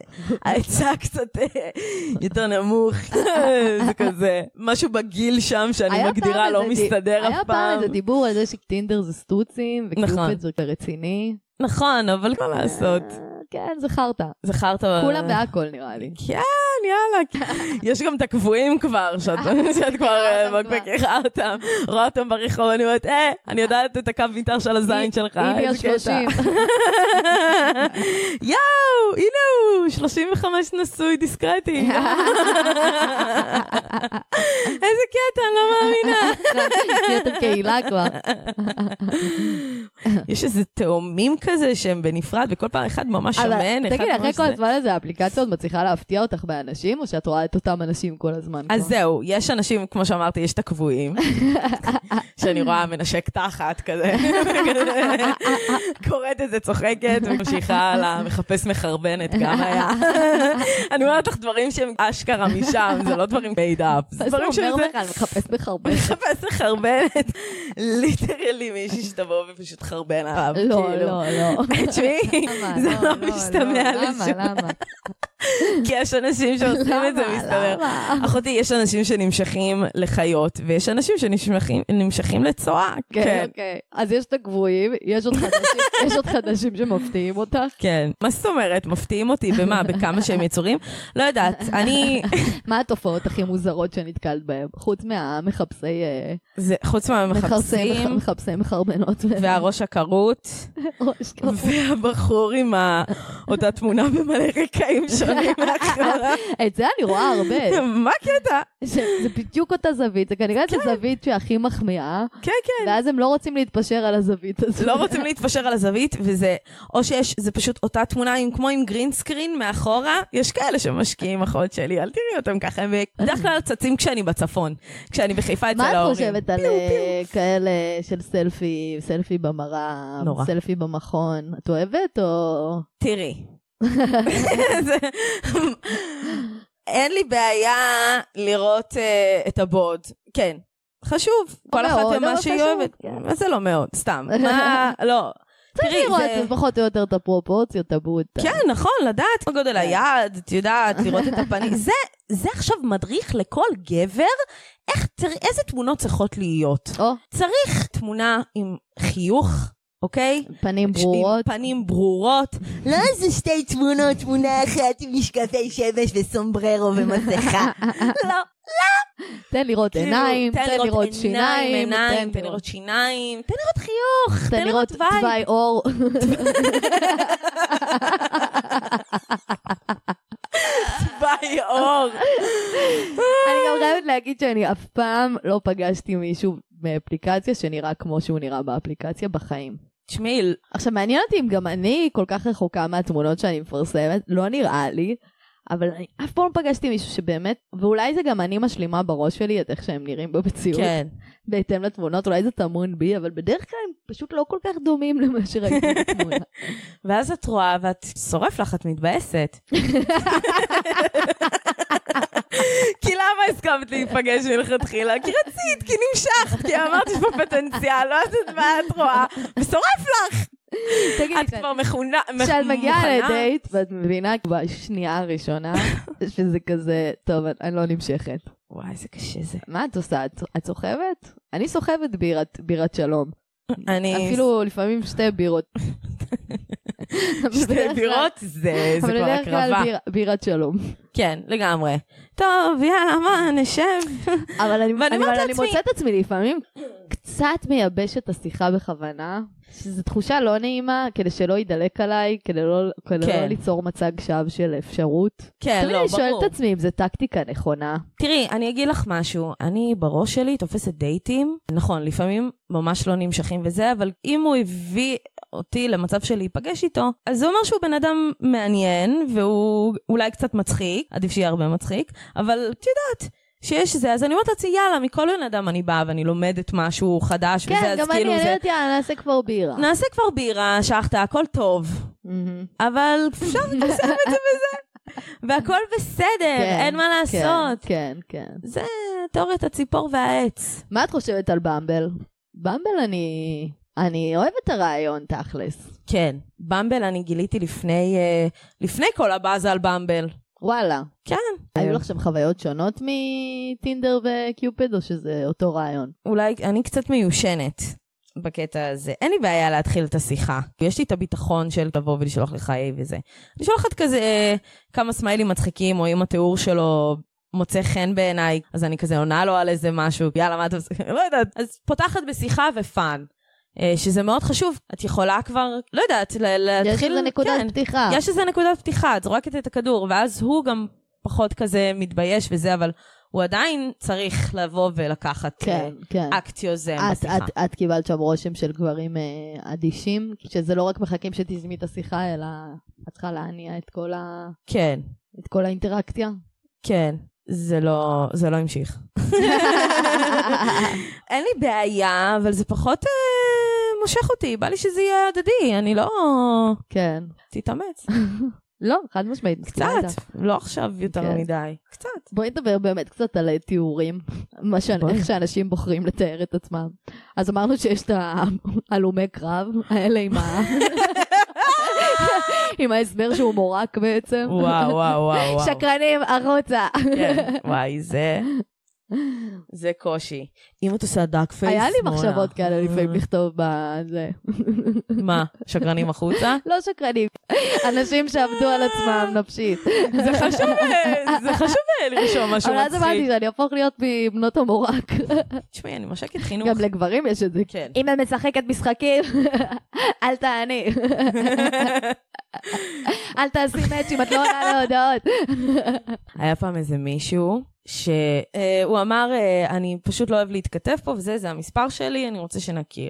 B: העצה קצת אה, יותר נמוך, זה כזה, משהו בגיל שם שאני
A: היה פעם
B: מגדירה לא
A: איזה די-
B: מסתדר
A: היה
B: אף
A: פעם
B: פעם.
A: איזה דיבור על זה שטינדר זה סטוצים,
B: נכון.
A: וקיופיד זה רציני.
B: נכון, אבל מה לעשות?
A: אה, כן, זכרת.
B: זכרת?
A: כולם והכל נראה לי.
B: כן, יאללה. יש גם את הקבועים כבר, שאת שאת כבר
A: מכירה
B: אה,
A: אותם כבר.
B: מכירה אותם, רואה אותם ברחוב, אני אומרת, אה, אני יודעת את הקו מתאר של הזין שלך.
A: היא
B: איזה קטע."
A: השלושים.
B: יואו, הנה הוא, 35 נשוי דיסקרטי. איזה קטע, אני לא מאמינה.
A: היא יותר קהילה כבר.
B: יש איזה תאומים כזה שהם בנפרד, וכל פעם אחד ממש
A: אבל
B: שמן, אחד
A: תגיד, אחרי
B: ממש
A: כל
B: זה.
A: הזמן הזה, האפליקציה עוד מצליחה להפתיע אותך באנשים, או שאת רואה את אותם אנשים כל הזמן?
B: אז
A: כבר?
B: זהו, יש אנשים, כמו שאמרתי, יש את הקבועים, שאני רואה מנשק תחת כזה, קוראת את זה, צוחקת, וממשיכה הלאה, מחפש מחרבנת, גם היה. אני אומרת לך דברים שהם אשכרה משם, זה לא דברים made up, זה
A: מה זה
B: דברים של
A: אומר
B: זה.
A: בכלל? מחפש בחרבן.
B: מחפש לחרבנת, ליטרלי מישהי שתבוא ופשוט תחרבן עליו,
A: לא,
B: כאילו.
A: לא, לא.
B: תשמעי,
A: למה?
B: זה
A: לא,
B: לא
A: לא,
B: משתמע
A: לא.
B: לשום
A: למה, למה?
B: כי יש אנשים שעושים את זה,
A: למה?
B: מסתבר.
A: למה?
B: אחותי, יש אנשים שנמשכים לחיות, ויש אנשים שנמשכים נמשכים לצואה.
A: כן, אוקיי. אז יש את הגבוהים, יש עוד חדשים, יש עוד חדשים שמפתיעים אותך.
B: כן. מה זאת אומרת? מפתיעים אותי במה? בכמה שהם יצורים? לא יודעת, אני...
A: מה התופעות הכי מוזרות שנתקלת בהן? חוץ מהמחפשי... אה,
B: זה חוץ
A: מחרסי,
B: מהמחפשים,
A: מחפשי מחרבנות.
B: והראש הכרות,
A: והראש ככה.
B: והבחור עם ה- אותה תמונה במלא רקעים שונים מאחוריו.
A: את זה אני רואה הרבה.
B: מה הקטע?
A: ש- זה בדיוק אותה זווית, זה כנראה איזה זווית שהכי מחמיאה,
B: כן, כן.
A: ואז הם לא רוצים להתפשר על הזווית הזאת.
B: לא רוצים להתפשר על הזווית, וזה, או שיש, זה פשוט אותה תמונה עם, כמו עם גרין סקרין מאחורה, יש כאלה שמשקיעים, אחות שלי, אל תראי אותם ככה, הם בדרך כלל צצים כשאני בצפון, כשאני בחיפה אצל
A: מה את
B: ההורים.
A: חושבת על אה, כאלה של סלפי, סלפי במראה,
B: נורא.
A: סלפי במכון? את אוהבת או...
B: תראי. זה- אין לי בעיה לראות אה, את הבוד, כן. חשוב, כל אחת
A: לא מאוד,
B: ומה
A: אבל
B: שהיא
A: חשוב,
B: אוהבת.
A: כן.
B: מה זה לא מאוד, סתם. מה, לא.
A: צריך
B: תראי,
A: לראות
B: זה-
A: זה פחות או יותר את הפרופורציות, הבוט.
B: כן, נכון, לדעת מה
A: כן.
B: גודל היד, את יודעת, לראות את הפנים. זה, זה עכשיו מדריך לכל גבר איך, תר, איזה תמונות צריכות להיות.
A: או,
B: צריך תמונה עם חיוך, אוקיי?
A: פנים
B: עם
A: ברורות.
B: פנים ברורות. לא איזה שתי תמונות, תמונה אחת עם משקפי שמש וסומבררו ומסכה. לא,
A: תן לראות
B: כאילו,
A: עיניים, תן לראות שיניים,
B: עיניים, תן לראות שיניים, תן לראות חיוך,
A: תן לראות
B: וייב. כן.
A: תוואי אור.
B: ביי אור.
A: אני גם חייבת להגיד שאני אף פעם לא פגשתי מישהו באפליקציה שנראה כמו שהוא נראה באפליקציה בחיים.
B: תשמעי,
A: עכשיו, מעניין אותי אם גם אני כל כך רחוקה מהתמונות שאני מפרסמת, לא נראה לי, אבל אני אף פעם לא פגשתי מישהו שבאמת, ואולי זה גם אני משלימה בראש שלי את איך שהם נראים במציאות,
B: כן.
A: בהתאם לתמונות, אולי זה טמון בי, אבל בדרך כלל הם פשוט לא כל כך דומים למה שראיתי בתמונה.
B: ואז את רואה ואת שורף לך, את מתבאסת. כי למה הסכמת להיפגש מלכתחילה? כי רצית, כי נמשכת, כי אמרת שיש פה פוטנציאל, לא יודעת מה את רואה, ושורף לך.
A: תגידי, כן.
B: את כבר מכונה,
A: כשאת מגיעה
B: מוכנה?
A: לדייט ואת מבינה בשנייה הראשונה שזה כזה, טוב, אני- אני לא נמשכת.
B: וואי, איזה קשה זה.
A: מה את עושה? את- את סוחבת? אני סוחבת בירת, בירת שלום.
B: אני...
A: אפילו לפעמים שתי בירות. בדרך
B: אה, שתי
A: כלל-
B: בירות, זה זה
A: אבל
B: כבר
A: בדרך כלל
B: הקרבה.
A: ביר- בירת שלום.
B: כן, לגמרי. טוב, יאללה, מה, נשב.
A: אבל אני אני-
B: ואני אומרת
A: אבל אני
B: לעצמי-
A: מוצאת את עצמי לפעמים קצת מייבש את השיחה בכוונה, שזו תחושה לא נעימה, כדי שלא יידלק עליי, כדי לא כדי
B: כן.
A: לא ליצור מצג שווא של אפשרות.
B: כן,
A: תמיד
B: לא,
A: אני שואלת
B: ברור.
A: את עצמי אם זו טקטיקה נכונה.
B: תראי, אני אגיד לך משהו, אני בראש שלי תופסת דייטים, נכון, לפעמים ממש לא נמשכים וזה, אבל אם הוא הביא אותי למצב של להיפגש איתו, אז זה אומר שהוא בן אדם מעניין, והוא אולי קצת מצחיק, עדיף שיהיה הרבה מצחיק, אבל את יודעת. שיש זה, אז אני אומרת לעצמי, יאללה, מכל בן אדם אני באה ואני לומדת משהו חדש וזה,
A: כן,
B: אז
A: גם אני,
B: כאילו
A: אני
B: זה...
A: יודעת, יאללה, נעשה כבר בירה.
B: נעשה כבר בירה, שחטה, הכל טוב,
A: מהמם.
B: אבל אפשר לסיים את זה בזה, והכל בסדר,
A: כן,
B: אין מה
A: כן,
B: לעשות.
A: כן, כן.
B: זה תיאוריית הציפור והעץ.
A: מה את חושבת על במבל? במבל אני... אני אוהבת את הרעיון, תכלס.
B: כן, במבל אני גיליתי לפני, אה, לפני כל הבאזה על במבל.
A: וואלה.
B: כן.
A: היו לך שם חוויות שונות מטינדר וקיופיד, או שזה אותו רעיון?
B: אולי אני קצת מיושנת בקטע הזה. אין לי בעיה להתחיל את השיחה. יש לי את הביטחון של לבוא ולשלוח לך היי וזה. אני שולחת כזה אה, כמה סמיילים מצחיקים, או אם התיאור שלו מוצא חן בעיניי, אז אני כזה עונה לו על איזה משהו, יאללה, מה אתה עושה? לא יודעת. אז פותחת בשיחה ופאן. אה, שזה מאוד חשוב, את יכולה כבר, לא יודעת, ל- להתחיל...
A: יש איזה נקודת
B: כן.
A: פתיחה.
B: יש איזה נקודת פתיחה, את זורקת את הכדור, ואז הוא גם פחות כזה מתבייש וזה, אבל הוא עדיין צריך לבוא ולקחת
A: כן, כן.
B: אה, אקט יוזם
A: את,
B: בשיחה.
A: את, את קיבלת שם רושם של גברים אה, אדישים, שזה לא רק מחכים שתזמי את השיחה, אלא את צריכה להניע את כל, ה,
B: כן,
A: את כל האינטראקציה.
B: כן, זה לא, זה לא המשיך. אין לי בעיה, אבל זה פחות אה, מושך אותי, בא לי שזה יהיה הדדי, אני לא...
A: כן.
B: תתאמץ.
A: לא, חד משמעית. מסכימה איתך.
B: קצת, לא עכשיו יותר
A: כן.
B: מדי. קצת.
A: בואי נדבר באמת קצת על אה, תיאורים, מה ש...
B: בואי.
A: איך שאנשים בוחרים לתאר את עצמם. אז אמרנו שיש את ההלומי קרב האלה עם ה... עם ההסבר שהוא מורק בעצם.
B: וואו, וואו, וואו, וואו.
A: שקרנים, החוצה.
B: כן, וואי, זה... זה קושי. אם את עושה דאק פייס,
A: היה לי
B: שמאלה. אה.
A: מחשבות כאלה לפעמים לכתוב בזה.
B: מה, שקרנים החוצה?
A: לא שקרנים, אנשים שעבדו על עצמם נפשית.
B: זה חשוב, אה, זה חשוב אה, לרשום משהו
A: אבל אז אמרתי
B: מצחיק.
A: שאני אהפוך להיות מבנות המורק.
B: תשמעי, אני משקת חינוך.
A: גם לגברים יש את זה.
B: כן.
A: אם את משחקת משחקים, אל תעני. אל תעשי מאץ' אם את לא עונה להודעות.
B: היה פעם איזה מישהו שהוא אמר, אה, אני פשוט לא אוהב להתכתב פה וזה, זה המספר שלי, אני רוצה שנכיר.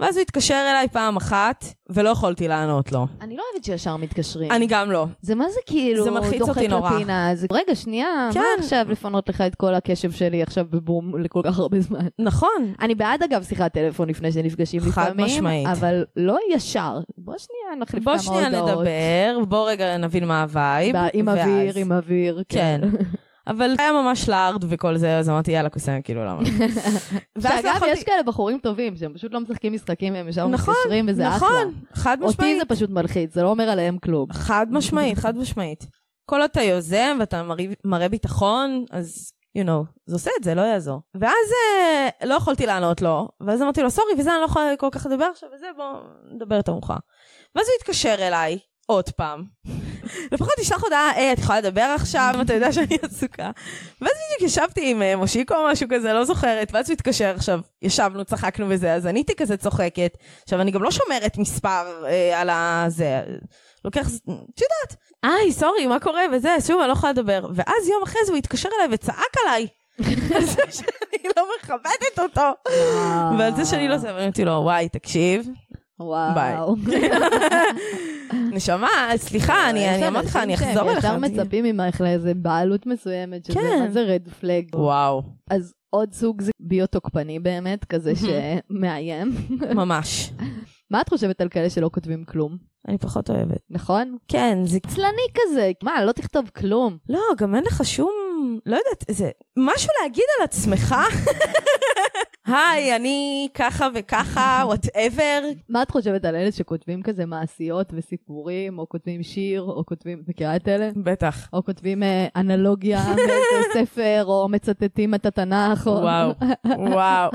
B: ואז הוא התקשר אליי פעם אחת, ולא יכולתי לענות לו.
A: אני לא אוהבת שישר מתקשרים.
B: אני גם לא.
A: זה מה זה כאילו,
B: זה מלחיץ
A: דוחק
B: אותי נורא.
A: לפינה, זה... רגע, שנייה,
B: כן.
A: מה עכשיו לפנות לך את כל הקשב שלי עכשיו בבום לכל כך הרבה זמן?
B: נכון.
A: אני בעד אגב שיחת טלפון לפני שנפגשים
B: חד
A: לפעמים,
B: משמעית.
A: אבל לא ישר. בוא שנייה נחליף כמה
B: בוא
A: הודעות.
B: שנייה נדבר, בוא רגע נבין מה הווייב.
A: ב- עם
B: ואז-
A: אוויר, עם אוויר.
B: כן. אבל היה ממש לארד וכל זה, אז אמרתי, יאללה, קוסם, כאילו, למה? לא?" ואז לא
A: שאגב,
B: יכולתי-
A: יש כאלה בחורים טובים שהם פשוט לא משחקים משחקים והם ישר
B: נכון,
A: מתקשרים וזה אחלה.
B: נכון, חד
A: אותי
B: משמעית.
A: זה פשוט מלחיץ, זה לא אומר עליהם כלום.
B: חד משמעית, חד משמעית. כל עוד אתה יוזם ואתה מראה- מראה ביטחון, אז, you know, זה עושה את זה, לא יעזור. ואז אה, לא יכולתי לענות לו, ואז אמרתי לו, סורי, וזה, אני לא יכולה כל כך לדבר עכשיו, וזה, בוא נדבר יותר מאוחר. ואז הוא התקשר אליי, עוד פעם. לפחות תשלח הודעה, היי, את יכולה לדבר עכשיו, אתה יודע שאני עסוקה. ואז בדיוק ישבתי עם אה, מושיקו או משהו כזה, לא זוכרת, ואז הוא התקשר עכשיו, ישבנו, צחקנו וזה, אז אני הייתי כזה צוחקת. עכשיו, אני גם לא שומרת מספר אה, על הזה, לוקח, ז- את יודעת, היי, סורי, מה קורה, וזה, שוב, אני לא יכולה לדבר. ואז יום אחרי זה הוא התקשר אליי וצעק עליי. על זה שאני לא מכבדת אותו. ועל זה שאני לא זה, ואמרתי לו, וואי, תקשיב,
A: וואו.
B: נשמה, סליחה, אה,
A: אה,
B: אני אני אמרתי לך, אני אחזור אליך.
A: יש אנשים שהם
B: אמרתי,
A: ישר מצפים ממך לאיזה בעלות מסוימת, שזה
B: כן.
A: מה זה רד פלג.
B: וואו,
A: אז עוד סוג זה ביוטוקפני באמת, כזה שמאיים.
B: ממש.
A: מה את חושבת על כאלה שלא כותבים כלום?
B: אני פחות אוהבת.
A: נכון?
B: כן, זה...
A: עצלני כזה, מה, לא תכתוב כלום.
B: לא, גם אין לך שום... לא יודעת, זה... משהו להגיד על עצמך? היי, אני ככה וככה, וואטאבר.
A: מה את חושבת על אלה שכותבים כזה מעשיות וסיפורים, או כותבים שיר, או כותבים, את מכירה את אלה?
B: בטח.
A: או כותבים אה, אנלוגיה מאיזה ספר, או מצטטים את התנ"ך, או...
B: וואו, וואו,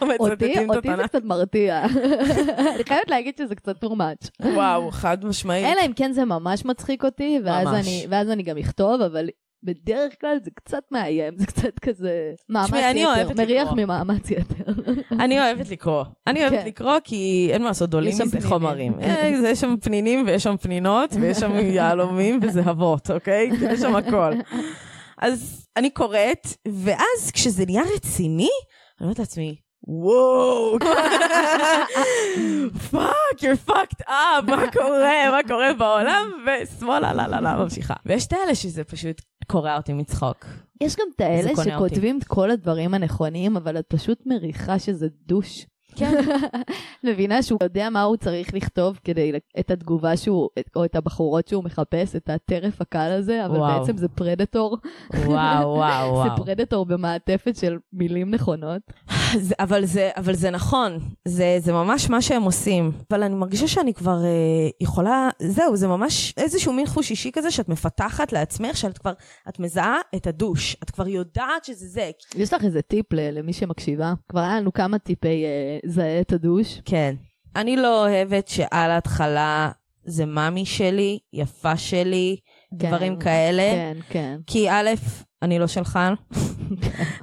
A: אותי,
B: מצטטים את
A: אותי זה
B: התנ"ך.
A: קצת מרתיע. אני חייבת להגיד שזה קצת too much.
B: וואו, חד משמעית.
A: אלא אם כן זה ממש מצחיק אותי, ואז
B: אה. ממש.
A: אני- ואז אני גם אכתוב, אבל בדרך כלל זה קצת מאיים, זה קצת כזה... מאמץ
B: תשמעי, אני
A: יתר,
B: אוהבת
A: מריח
B: לקרוא.
A: ממאמץ יתר.
B: אני אוהבת לקרוא. אני אוהבת
A: כן.
B: לקרוא כי אין מה לעשות, דולים
A: יש שם
B: מזה
A: פנינים. כן.
B: חומרים. אה, זה- יש שם פנינים ויש שם פנינות ויש שם יהלומים וזהבות, אוקיי? יש שם הכל. אז אני קוראת, ואז כשזה נהיה רציני, אני אומרת לעצמי, וואו, פאק, you're fucked up, מה קורה, מה קורה בעולם, ושמאלה, לא, לא, לא, ממשיכה. ויש את האלה שזה פשוט קורע אותי מצחוק.
A: יש גם את האלה
B: קונה אותי.
A: שכותבים את כל הדברים הנכונים, אבל את פשוט מריחה שזה דוש.
B: כן.
A: מבינה שהוא יודע מה הוא צריך לכתוב כדי לק- את התגובה שהוא, את- או את הבחורות שהוא מחפש, את הטרף הקל הזה, אבל
B: וואו.
A: בעצם זה פרדטור.
B: וואו, וואו,
A: זה
B: וואו.
A: פרדטור במעטפת של מילים נכונות.
B: זה, אבל, זה, אבל זה נכון, זה, זה ממש מה שהם עושים. אבל אני מרגישה שאני כבר אה, יכולה, זהו, זה ממש איזשהו מין חוש אישי כזה שאת מפתחת לעצמך, שאת כבר, את מזהה את הדוש, את כבר יודעת שזה זה.
A: יש לך איזה טיפ ל- למי שמקשיבה? כבר היה לנו כמה טיפי אה, זהה את הדוש.
B: כן. אני לא אוהבת שעל ההתחלה זה מאמי שלי, יפה שלי,
A: כן,
B: דברים כאלה.
A: כן, כן.
B: כי א', אני לא שלך,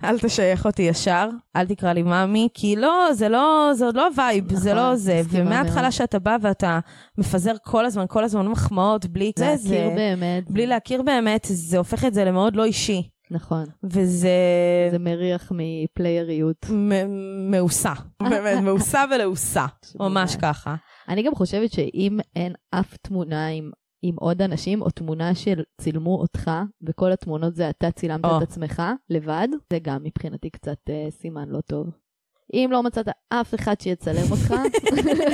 B: אל תשייך אותי ישר, אל תקרא לי מאמי, כי לא, זה לא, זה עוד לא וייב, זה
A: נכון,
B: לא זה.
A: מסכימה מאוד.
B: ומההתחלה שאתה בא ואתה מפזר כל הזמן, כל הזמן מחמאות, בלי זה, זה,
A: להכיר כאילו באמת.
B: בלי להכיר באמת, זה הופך את זה למאוד לא אישי.
A: נכון.
B: וזה
A: זה מריח מפלייריות.
B: מ- מעושה, באמת, מעושה ולעושה, ממש ככה.
A: אני גם חושבת שאם אין אף תמונה עם, עם עוד אנשים, או תמונה של צילמו אותך, וכל התמונות זה אתה צילמת
B: או.
A: את עצמך לבד, זה גם מבחינתי קצת אה, סימן לא טוב. אם לא מצאת אף אחד שיצלם אותך,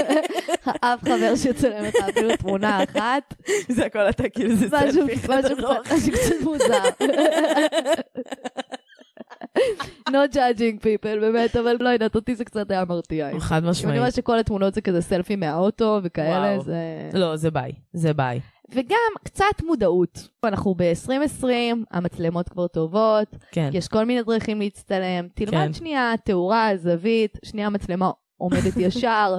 A: אף חבר שיצלם אותך אפילו תמונה אחת,
B: זה הכל אתה, כאילו זה
A: משהו
B: סלפי.
A: משהו קצת משהו קצת מוזר. No judging people, באמת, אבל לא יודעת, אותי זה קצת היה מרתיע.
B: חד
A: אני
B: משמעית.
A: אומרת שכל התמונות זה כזה סלפי מהאוטו וכאלה,
B: וואו.
A: זה...
B: לא, זה ביי, זה ביי.
A: וגם קצת מודעות. אנחנו ב-2020, המצלמות כבר טובות,
B: כן.
A: יש כל מיני דרכים להצטלם. תלמד
B: כן.
A: שנייה תאורה, זווית, שנייה המצלמה עומדת ישר.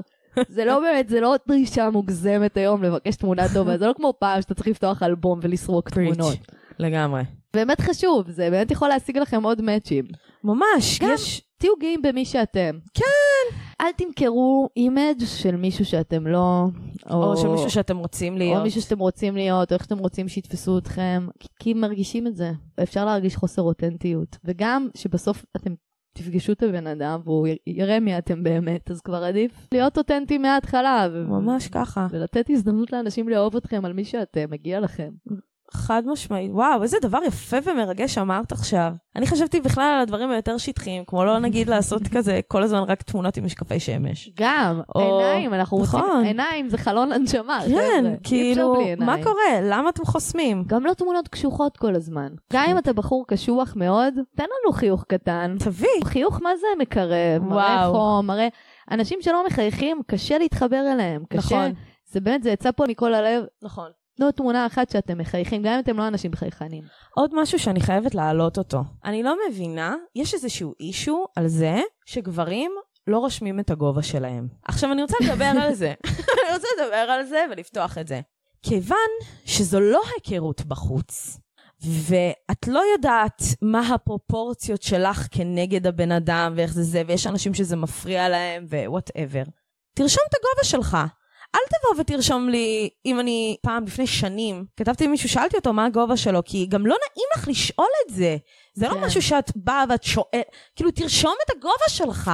A: זה לא באמת, זה לא דרישה מוגזמת היום לבקש תמונה טובה, זה לא כמו פעם שאתה צריך לפתוח אלבום ולסרוק
B: Preach.
A: תמונות.
B: לגמרי.
A: באמת חשוב, זה באמת יכול להשיג לכם עוד מאצ'ים.
B: ממש,
A: גם-
B: יש...
A: תהיו גאים במי שאתם. כן! אל תמכרו אימג' של מישהו שאתם לא,
B: או של מישהו שאתם רוצים
A: או
B: להיות.
A: מישהו שאתם רוצים להיות, או איך שאתם רוצים שיתפסו אתכם, כי- כי מרגישים את זה. אפשר להרגיש חוסר אותנטיות. וגם שבסוף אתם תפגשו את הבן אדם והוא י- יראה מי אתם באמת, אז כבר עדיף להיות אותנטי מההתחלה. ו-
B: ממש ככה.
A: ולתת הזדמנות לאנשים לאהוב אתכם על מי שאתם, מגיע לכם.
B: חד משמעית. וואו, איזה דבר יפה ומרגש אמרת עכשיו. אני חשבתי בכלל על הדברים היותר שטחיים, כמו לא נגיד לעשות כזה כל הזמן רק תמונות עם משקפי שמש.
A: גם,
B: או-
A: עיניים, אנחנו רוצים,
B: נכון.
A: עיניים זה חלון לנשמה, אה, חבר'ה. אי
B: כן,
A: אפשר
B: כאילו,
A: בלי עיניים.
B: מה קורה? למה אתם חוסמים?
A: גם לא תמונות קשוחות כל הזמן. גם אם אתה בחור קשוח מאוד, תן לנו חיוך קטן.
B: תביא.
A: חיוך מה זה מקרב, מראה
B: וואו.
A: חום, מראה... אנשים שלא מחייכים, קשה להתחבר אליהם. קשה.
B: נכון.
A: זה באמת, זה יצא פה מכל הלב.
B: נכון.
A: תנו תמונה אחת שאתם מחייכים, גם אם אתם לא אנשים חייכנים.
B: עוד משהו שאני חייבת להעלות אותו. אני לא מבינה, יש איזשהו אישו על זה שגברים לא רושמים את הגובה שלהם. עכשיו, אני רוצה לדבר על זה. אני רוצה לדבר על זה ולפתוח את זה. כיוון שזו לא היכרות בחוץ, ואת לא יודעת מה הפרופורציות שלך כנגד הבן אדם ואיך זה זה, ויש אנשים שזה מפריע להם ווואטאבר. תרשום את הגובה שלך. אל תבוא ותרשום לי, אם אני פעם לפני שנים כתבתי למישהו, שאלתי אותו מה הגובה שלו, כי גם לא נעים לך לשאול את זה. זה לא
A: כן.
B: משהו שאת באה ואת שואלת, כאילו, תרשום את הגובה שלך.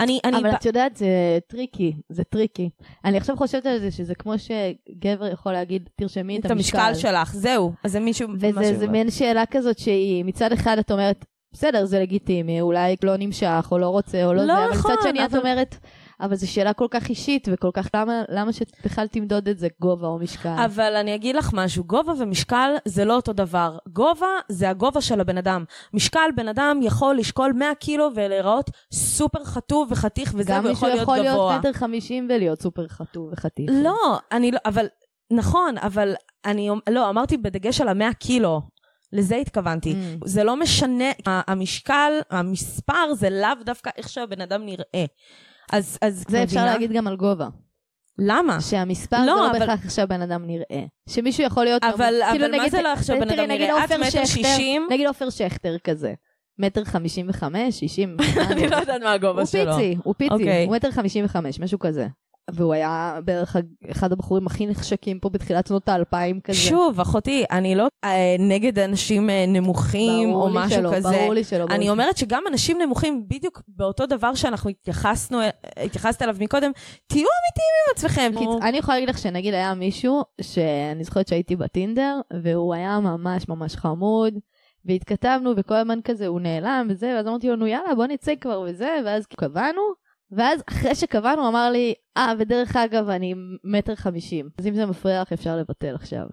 B: אני, אני...
A: אבל
B: בא-
A: את יודעת, זה טריקי, זה טריקי. אני עכשיו חושבת על זה שזה כמו שגבר יכול להגיד, תרשמי
B: את המשקל שלך, זהו. אז זה מישהו...
A: וזה
B: משהו-
A: זה מין שאלה כזאת שהיא, מצד אחד את אומרת, בסדר, זה לגיטימי, אולי לא נמשך, או לא רוצה, או לא,
B: לא
A: זה, אבל
B: נכון,
A: מצד שני את
B: אבל-
A: אומרת, אבל זו שאלה כל כך אישית, וכל כך, למה, למה שבכלל תמדוד את זה, גובה או משקל?
B: אבל אני אגיד לך משהו, גובה ומשקל זה לא אותו דבר. גובה זה הגובה של הבן אדם. משקל בן אדם יכול לשקול 100 קילו ולהיראות סופר חטוב וחתיך וזה,
A: גם
B: והוא
A: מישהו
B: יכול להיות
A: יכול
B: גבוה.
A: להיות מטר חמישים ולהיות סופר חטוב וחתיך.
B: לא, אני לא, אבל, נכון, אבל אני, אומ- לא, אמרתי בדגש על המאה קילו. לזה התכוונתי.
A: Mm.
B: Mm. זה לא משנה, ה- המשקל, המספר, זה לאו דווקא איך שהבן אדם נראה. אז, אז
A: זה אפשר להגיד גם על גובה.
B: למה?
A: שהמספר
B: לא,
A: זה לא
B: אבל-
A: בהכרח עכשיו בן אדם נראה. שמישהו יכול להיות...
B: אבל,
A: נמוך.
B: אבל מה
A: כאילו, נגיד-
B: זה לא עכשיו בן
A: תראי,
B: אדם
A: נגיד
B: נראה? את
A: עופר
B: מטר
A: שכטר-
B: שישים?
A: נגיד עופר שכטר כזה. מטר חמישים וחמש, שישים.
B: אני לא יודעת מה הגובה
A: הוא
B: שלו.
A: פיצי, הוא פיצי,
B: אוקיי.
A: הוא מטר חמישים וחמש, משהו כזה. והוא היה בערך ה- אחד הבחורים הכי נחשקים פה בתחילת שנות האלפיים כזה.
B: שוב, אחותי, אני לא אה, נגד אנשים אה, נמוכים
A: ברור
B: או
A: לי
B: משהו
A: שלא,
B: כזה.
A: ברור לי שלא. ברור
B: אני
A: לי.
B: אומרת שגם אנשים נמוכים, בדיוק באותו דבר שאנחנו התייחסנו, אה, התייחסת אליו מקודם, תהיו אמיתיים עם עצמכם.
A: כי
B: כי-
A: אני יכולה להגיד לך שנגיד היה מישהו שאני זוכרת שהייתי בטינדר והוא היה ממש ממש חמוד והתכתבנו וכל הזמן כזה הוא נעלם וזה ואז אמרתי לו נו יאללה בוא נצא כבר וזה ואז קבענו ואז אחרי שקבענו הוא אמר לי אה ודרך אגב אני מטר חמישים אז אם זה מפריע לך אפשר לבטל עכשיו.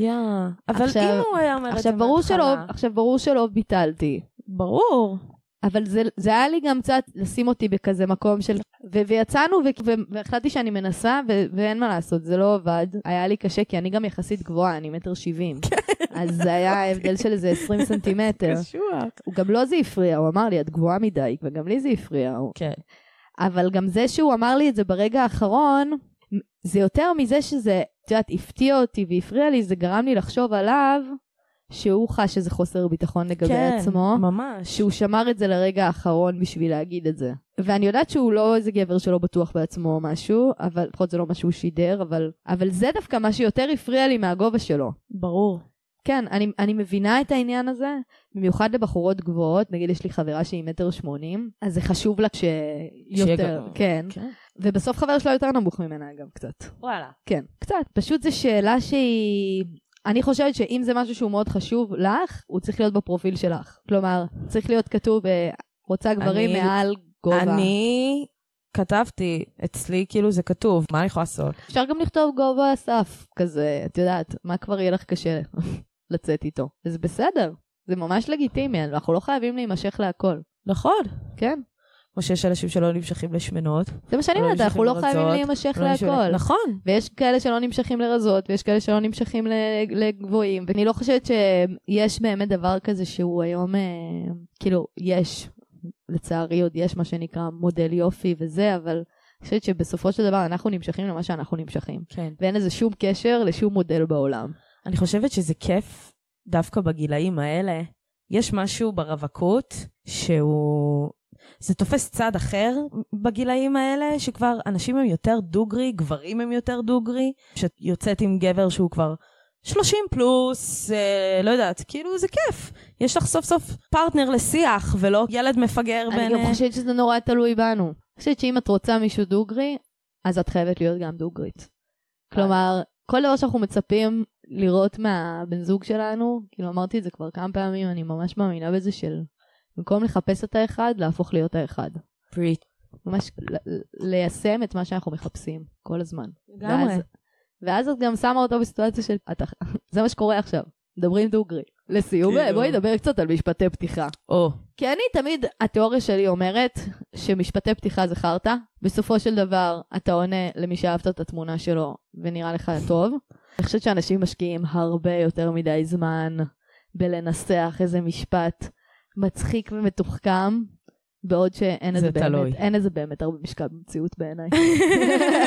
B: אבל
A: עכשיו-
B: אם הוא היה אומר את זה
A: עכשיו ברור שלא
B: מההתחלה-
A: עכשיו ברור שלא ביטלתי
B: ברור.
A: אבל זה, זה היה לי גם קצת לשים אותי בכזה מקום של... ו- ויצאנו, ו- ו- והחלטתי שאני מנסה, ו- ואין מה לעשות, זה לא עבד. היה לי קשה, כי אני גם יחסית גבוהה, אני מטר שבעים.
B: כן,
A: אז זה
B: אוקיי.
A: היה הבדל של איזה 20 סנטימטר. הוא גם לא זה הפריע, הוא אמר לי, את גבוהה מדי, וגם לי זה הפריע. הוא-
B: כן.
A: אבל גם זה שהוא אמר לי את זה ברגע האחרון, זה יותר מזה שזה, את יודעת, הפתיע אותי והפריע לי, זה גרם לי לחשוב עליו, שהוא חש איזה חוסר ביטחון לגבי
B: כן,
A: עצמו.
B: ממש.
A: שהוא שמר את זה לרגע האחרון בשביל להגיד את זה. ואני יודעת שהוא לא איזה גבר שלא בטוח בעצמו או משהו, אבל לפחות זה לא מה שהוא שידר, אבל, אבל זה דווקא מה שיותר הפריע לי מהגובה שלו.
B: ברור.
A: כן, אני, אני מבינה את העניין הזה, במיוחד לבחורות גבוהות, נגיד יש לי חברה שהיא מטר שמונים, אז זה חשוב לה שיותר,
B: גבוה.
A: כן. ובסוף חבר שלה יותר נמוך ממנה אגב קצת.
B: וואלה.
A: כן, קצת. פשוט זו שאלה שהיא... אני חושבת שאם זה משהו שהוא מאוד חשוב לך, הוא צריך להיות בפרופיל שלך. כלומר, צריך להיות כתוב, אה, רוצה גברים
B: אני-
A: מעל גובה.
B: אני כתבתי, אצלי כאילו זה כתוב, מה אני יכולה לעשות?
A: אפשר גם לכתוב גובה הסף, כזה, את יודעת, מה כבר יהיה לך קשה לצאת איתו. וזה בסדר, זה ממש לגיטימי, אנחנו לא חייבים להימשך להכל.
B: נכון.
A: כן.
B: כמו שיש אנשים שלא נמשכים לשמנות.
A: זה מה שאני
B: לא
A: אומרת, אנחנו לא
B: נמשכים
A: חייבים
B: לרצות,
A: להימשך
B: לא נמשכים-
A: להכל.
B: נכון.
A: ויש כאלה שלא נמשכים לרזות, ויש כאלה שלא נמשכים ל- לגבוהים, ואני לא חושבת שיש באמת דבר כזה שהוא היום, אה, כאילו, יש, לצערי עוד יש מה שנקרא מודל יופי וזה, אבל אני חושבת שבסופו של דבר אנחנו נמשכים למה שאנחנו נמשכים,
B: כן.
A: ואין לזה שום קשר לשום מודל בעולם.
B: אני חושבת שזה כיף דווקא בגילאים האלה. יש משהו ברווקות שהוא... זה תופס צד אחר בגילאים האלה, שכבר אנשים הם יותר דוגרי, גברים הם יותר דוגרי. כשאת יוצאת עם גבר שהוא כבר 30 פלוס, אה, לא יודעת, כאילו זה כיף. יש לך סוף סוף פרטנר לשיח, ולא ילד מפגר בין...
A: אני גם
B: אה,
A: חושבת שזה נורא תלוי בנו. אני חושבת שאם את רוצה מישהו דוגרי, אז את חייבת להיות גם דוגרית. כלומר, כל דבר שאנחנו מצפים לראות מהבן זוג שלנו, כאילו אמרתי את זה כבר כמה פעמים, אני ממש מאמינה בזה של במקום לחפש את האחד, להפוך להיות האחד. ממש ל- ל- ליישם את מה שאנחנו מחפשים כל הזמן.
B: לגמרי.
A: ואז- ואז את גם שמה אותו בסיטואציה של... את אח- זה מה שקורה עכשיו, מדברים דוגרי. לסיום,
B: כאילו-
A: בואי נדבר קצת על משפטי פתיחה.
B: או,
A: כי אני תמיד, התיאוריה שלי אומרת שמשפטי פתיחה זה חרטא. בסופו של דבר, אתה עונה למי שאהבת את התמונה שלו ונראה לך טוב. אני חושבת שאנשים משקיעים הרבה יותר מדי זמן בלנסח איזה משפט מצחיק ומתוחכם, בעוד שאין
B: זה
A: איזה
B: תלוי.
A: באמת, אין איזה באמת הרבה משקל במציאות בעיניי.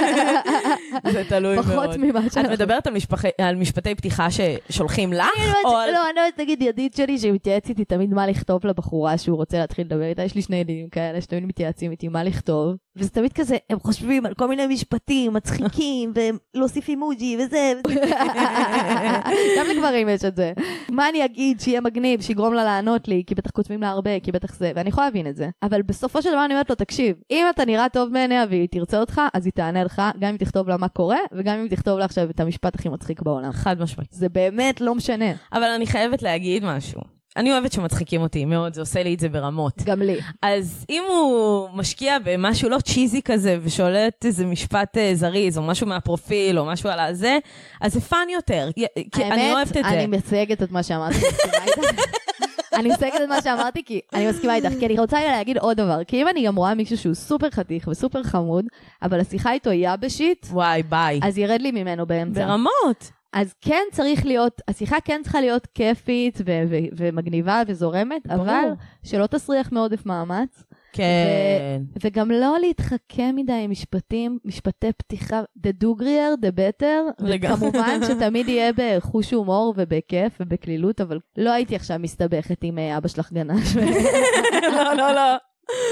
B: זה תלוי מאוד.
A: פחות ממה שאנחנו...
B: את מדברת על, משפחי, על משפטי פתיחה ששולחים לך?
A: אני לא
B: או
A: יודעת,
B: על-
A: לא, אני לא יודעת, נגיד ידיד שלי שמתייעץ איתי תמיד מה לכתוב לבחורה שהוא רוצה להתחיל לדבר איתה, יש לי שני ידידים כאלה שתמיד מתייעצים איתי מה לכתוב, וזה תמיד כזה, הם חושבים על כל מיני משפטים מצחיקים, ולהוסיף אימוג'י וזה, וזה. גם לגברים יש את זה. מה אני אגיד שיהיה מגניב, שיגרום לה לענות לי, כי בטח כותבים לה הרבה, כי בטח זה, ואני יכולה להבין את זה. אבל בסופו של דבר אני אומרת לו, תקשיב, אם אתה נראה טוב בעיניה והיא תרצה אותך, אז היא תענה לך, גם אם תכתוב לה מה קורה, וגם אם תכתוב לה עכשיו את המשפט הכי מצחיק בעולם.
B: חד משמעית.
A: זה באמת לא משנה.
B: אבל אני חייבת להגיד משהו. אני אוהבת שמצחיקים אותי מאוד, זה עושה לי את זה ברמות.
A: גם לי.
B: אז אם הוא משקיע במשהו לא צ'יזי כזה, ושולט איזה משפט אה, זריז, או משהו מהפרופיל, או משהו על הזה, אז זה פאן יותר. י- כי אני אוהבת את זה.
A: אני מסייגת את מה שאמרתי, אני מסכימה איתך. אני מסייגת את מה שאמרתי, כי אני מסכימה איתך. כי אני רוצה להגיד עוד דבר, כי אם אני גם רואה מישהו שהוא סופר חתיך וסופר חמוד, אבל השיחה איתו היא יבשית,
B: וואי, ביי.
A: אז ירד לי ממנו באמצע.
B: ברמות.
A: אז כן צריך להיות, השיחה כן צריכה להיות כיפית ו- ו- ומגניבה וזורמת,
B: ברור.
A: אבל שלא תסריח מעודף מאמץ,
B: כן.
A: וגם לא להתחכם מדי עם משפטים, משפטי פתיחה, the dugrier, the better,
B: לגמרי.
A: כמובן שתמיד יהיה בחוש הומור ובכיף ובקלילות, אבל לא הייתי עכשיו מסתבכת עם אה, אבא שלך גנש.
B: לא, לא, לא.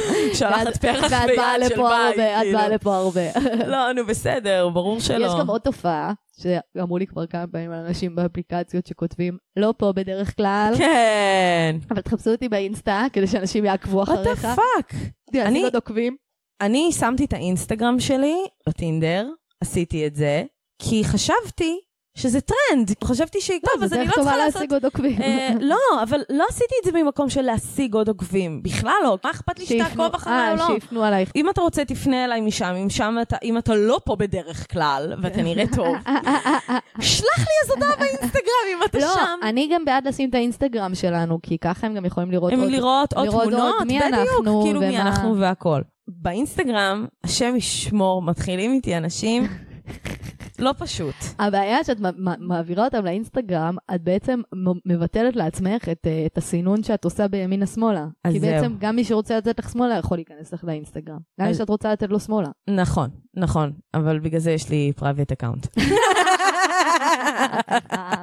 A: ואת-
B: שלחת פרח
A: ואת באה
B: ביד
A: לפה
B: של
A: הרבה,
B: ביי.
A: את באה
B: כאילו.
A: לפה הרבה.
B: לא, נו, בסדר, ברור שלא.
A: יש גם עוד תופעה, שאמרו לי כבר כמה פעמים על אנשים באפליקציות שכותבים, לא פה בדרך כלל,
B: כן.
A: אבל תחפשו אותי באינסטה כדי שאנשים יעקבו
B: וואט
A: אחריך.
B: פאק.
A: אני
B: אני-
A: עוד עוקבים.
B: אני שמתי את האינסטגרם שלי בטינדר, עשיתי את זה, כי חשבתי שזה טרנד. חשבתי ש... טוב,
A: זו
B: אז אני
A: דרך
B: לא צריכה
A: טובה
B: לעשות...
A: להשיג עוד עוקבים.
B: אה, לא, אבל לא עשיתי את זה ממקום של להשיג עוד עוקבים. בכלל לא. מה אכפת לי
A: שיפנו-
B: שתעקוב אחריי
A: אה,
B: או לא?
A: שיפנו עלייך.
B: אם אתה רוצה, תפנה אליי משם, אם שם אתה, אם אתה לא פה בדרך כלל, ואתה נראה טוב, שלח לי איזו הודעה באינסטגרם אם אתה
A: לא,
B: שם.
A: אני גם בעד לשים את האינסטגרם שלנו, כי ככה הם גם יכולים לראות
B: הם
A: עוד
B: לראות עוד
A: לראות עוד
B: תמונות,
A: מי אנחנו
B: בדיוק, כאילו מי
A: ומה-
B: אנחנו והכל. באינסטגרם, השם ישמור, מתחילים איתי אנשים, לא פשוט.
A: הבעיה שאת מ- מ- מעבירה אותם לאינסטגרם, את בעצם מ- מבטלת לעצמך את, אה, את הסינון שאת עושה בימינה שמאלה.
B: אז
A: כי
B: זהו.
A: בעצם גם מי שרוצה לתת לך שמאלה יכול להיכנס לך לאינסטגרם. גם מי
B: אז-
A: שאת רוצה לתת לו שמאלה.
B: נכון, נכון, אבל בגלל זה יש לי פרייבט אקאונט.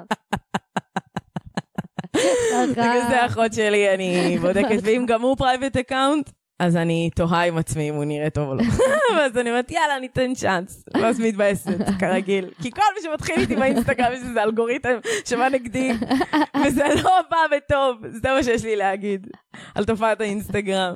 B: בגלל זה האחות שלי, אני בודקת, ואם גם הוא פרייבט אקאונט, אז אני תוהה עם עצמי אם הוא נראה טוב או לא. ואז אני אומרת, יאללה, ניתן צ'אנס. ואז מתבאסת, כרגיל. כי כל מי שמתחיל איתי באינסטגרם, יש איזה אלגוריתם שבא נגדי, וזה לא בא בטוב, זה מה שיש לי להגיד על תופעת האינסטגרם.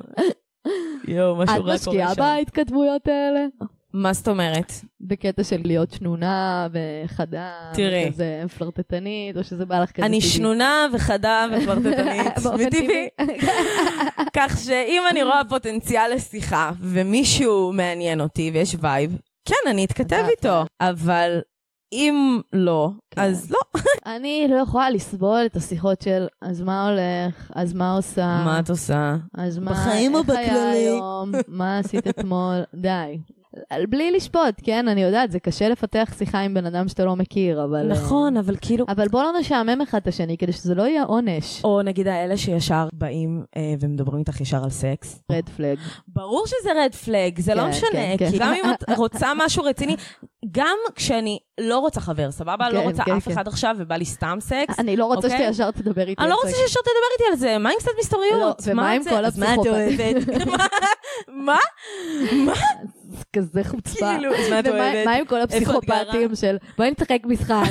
B: יואו, משהו
A: את
B: רע
A: משקיעה
B: קורה שם.
A: בהתכתבויות האלה?
B: מה זאת אומרת?
A: בקטע של להיות שנונה וחדה,
B: תראי.
A: כזה פלרטטנית, או שזה בא לך כזה
B: אני
A: טבעי?
B: שנונה וחדה ופרטטנית
A: באופן
B: וטבעי. כך שאם אני רואה פוטנציאל לשיחה ומישהו מעניין אותי ויש וייב, כן, אני אתכתב
A: אתה-
B: איתו. אבל אם לא,
A: כן.
B: אז לא.
A: אני לא יכולה לסבול את השיחות של אז מה הולך, אז מה עושה,
B: מה את עושה?
A: אז מה,
B: בחיים או
A: איך היה
B: בכללי?
A: היום, מה עשית אתמול, די. בלי לשפוט, כן, אני יודעת, זה קשה לפתח שיחה עם בן אדם שאתה לא מכיר, אבל...
B: נכון, אבל כאילו...
A: אבל בוא לא נשעמם אחד את השני, כדי שזה לא יהיה עונש.
B: או נגיד האלה שישר באים אה, ומדברים איתך ישר על סקס.
A: רד פלג.
B: ברור שזה רד פלג, זה
A: כן,
B: לא משנה,
A: כן, כן.
B: כי גם אם את רוצה משהו רציני, גם כשאני לא רוצה חבר, סבבה? לא
A: כן,
B: רוצה
A: כן,
B: אף
A: כן.
B: אחד עכשיו ובא לי סתם סקס.
A: אני לא רוצה
B: אוקיי?
A: שאתה ישר תדבר איתי.
B: אני
A: על
B: לא רוצה
A: סקס.
B: שישר תדבר איתי על זה, מה עם קצת מסתוריות?
A: לא, ומה עם
B: זה?
A: כל
B: אז מה את
A: הפסיכופת?
B: אוהבת? מה? מה?
A: זה כזה חוצפה.
B: כאילו, אז מה את
A: ומה-
B: אוהבת?
A: מה עם כל
B: את גרה?
A: הפסיכופטים של בואי נשחק משחק.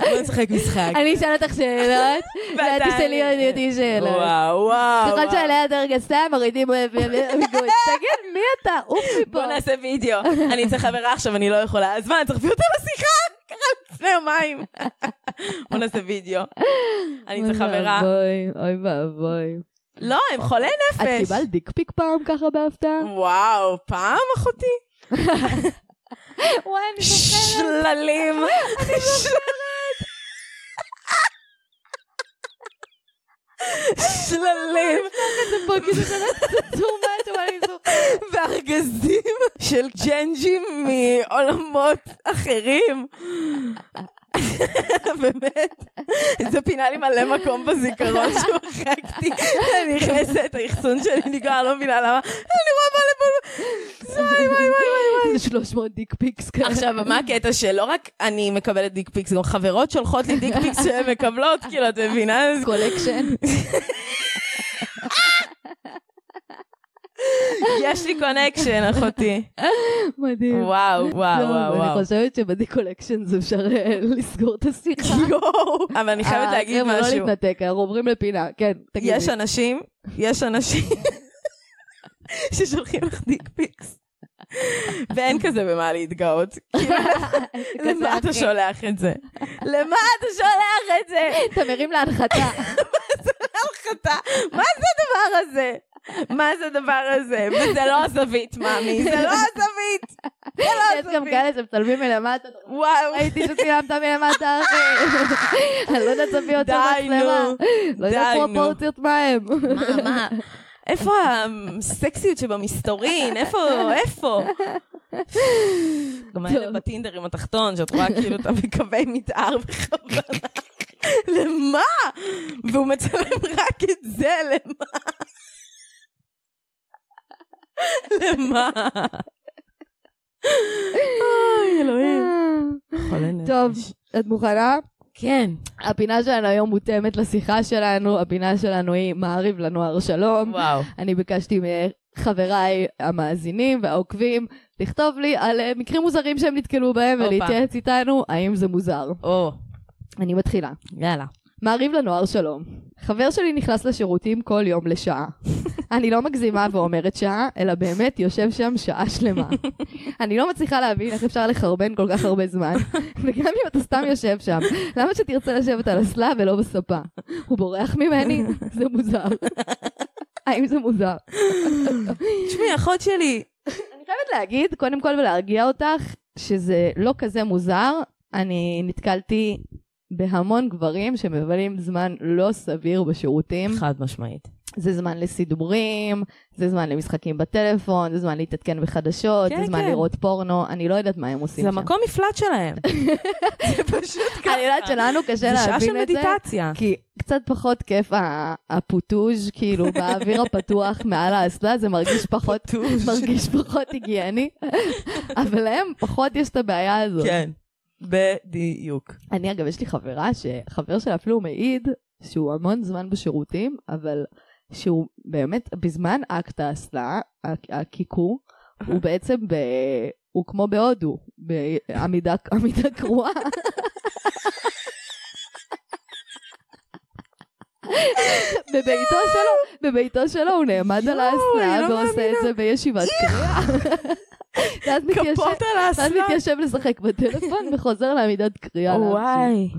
B: בוא נשחק משחק.
A: אני אשאל אותך שאלות, ואת
B: ואתה-
A: תשאלי אני- אותי שאלות.
B: וואו, וואו.
A: ככל
B: וואו.
A: שעולה יותר גסה, מורידים מגוד. תגיד, מי אתה? עוף מפה.
B: בוא נעשה וידאו. אני אצל חברה עכשיו, אני לא יכולה. אז מה, תצרפי אותה לשיחה? ככה לפני יומיים. בוא נעשה וידאו. אני אצל
A: אוי
B: חברה.
A: ואבוי, אוי ואבוי.
B: לא, הם חולי
A: את
B: נפש.
A: קיבלת דיקפיק פעם ככה בהפתעה?
B: וואו, פעם אחותי?
A: וואי, אני
B: שללים. שללים
A: זה פה, כאילו זה
B: לא
A: רצת טומאט, אבל אני זוכרת.
B: וארגזים של ג'נג'ים מעולמות אחרים. באמת, זה פינה לי מלא מקום בזיכרון שהוחקתי. אני נכנסת, האחסון שלי נגרר, לא מבינה למה. אני רואה מה לפה. וואי, וואי,
A: זה
B: וואי.
A: 300 דיקפיקס כאלה.
B: עכשיו, מה הקטע שלא רק אני מקבלת דיק פיקס, גם חברות שולחות לי דיק פיקס שהן מקבלות, כאילו, את מבינה? אז
A: קולקשן.
B: יש לי קונקשן, אחותי.
A: מדהים.
B: וואו, וואו,
A: טוב,
B: וואו, וואו.
A: לא, אני חושבת שבדיקולקשן זה אפשר אה, לסגור את השיחה.
B: יואו. אבל אני חייבת
A: אה,
B: להגיד
A: חבר'ה, לא
B: משהו.
A: להתנתק, אנחנו עוברים לפינה. כן, תגידי.
B: יש אנשים, יש אנשים ששולחים לך דיק פיקס. ואין כזה במה להתגאות. כאילו,
A: כזה,
B: למה אתה
A: אחי.
B: שולח את זה? למה אתה שולח את זה?
A: אתה מרים להנחתה.
B: חטא, מה זה הדבר הזה? מה זה הדבר הזה? וזה לא הזווית, מאמי, זה לא הזווית. לא,
A: יש גם כאלה שמצלמים מלמטה.
B: וואו,
A: ראיתי שצילמת מלמטה, אחי. אני לא יודעת להביא יותר
B: די,
A: מצלמה.
B: נו.
A: לא יודעת
B: די, נו.
A: פרופורציות מה הם.
B: מה, מה? איפה הסקסיות שבמסתורין? איפה, איפה? גם האלה
A: טוב.
B: בטינדר עם התחתון, שאת רואה כאילו אותה בקווי מתאר בכוונה. למה? והוא מצלם רק את זה, למה? למה? אוי, אלוהים.
A: טוב, את מוכנה?
B: כן.
A: הפינה שלנו היום מותאמת לשיחה שלנו, הפינה שלנו היא מעריב לנוער שלום.
B: וואו.
A: אני ביקשתי מחבריי המאזינים והעוקבים לכתוב לי על אה, מקרים מוזרים שהם נתקלו בהם
B: הופה.
A: ולהתייעץ איתנו האם זה מוזר.
B: או,
A: אני מתחילה.
B: יאללה.
A: מעריב לנוער שלום. חבר שלי נכנס לשירותים כל יום לשעה. אני לא מגזימה ואומרת שעה, אלא באמת יושב שם שעה שלמה. אני לא מצליחה להבין איך אפשר לחרבן כל כך הרבה זמן, וגם אם אתה סתם יושב שם, למה שתרצה לשבת על אסלה ולא בספה? הוא בורח ממני? זה מוזר. האם זה מוזר?
B: תשמעי, אחות שלי.
A: אני חייבת להגיד, קודם כל ולהרגיע אותך, שזה לא כזה מוזר. אני נתקלתי בהמון גברים שמבלים זמן לא סביר בשירותים.
B: חד משמעית.
A: זה זמן לסידורים, זה זמן למשחקים בטלפון, זה זמן להתעדכן בחדשות,
B: כן,
A: זה זמן
B: כן.
A: לראות פורנו, אני לא יודעת מה הם עושים
B: זה
A: שם.
B: המקום מפלט שלהם. זה פשוט ככה.
A: אני יודעת שלנו
B: זה
A: קשה
B: שעה של
A: להבין את זה. כן.
B: מדיטציה.
A: כי קצת פחות כיף ה- הפוטוז' כאילו באוויר הפתוח מעל האסלה, זה מרגיש פחות מרגיש פחות היגייני, אבל להם פחות יש את הבעיה הזאת.
B: כן, בדיוק.
A: אני אגב, יש לי חברה שחבר שלה אפילו מעיד שהוא המון זמן בשירותים, אבל שהוא באמת, בזמן אקט האסלה, הק- הקיקור, הוא בעצם ב... הוא כמו בהודו, בעמידה עמידה קרועה. בביתו שלו, בביתו שלו הוא נעמד על
B: יואו, אני
A: האסלה
B: לא
A: ועושה את זה בישיבת קריאה. ואז מתיישב-
B: כפות על
A: ואז
B: האסלה.
A: מתיישב לשחק בטלפון וחוזר לעמידת קריאה. להמשיך.
B: וואי.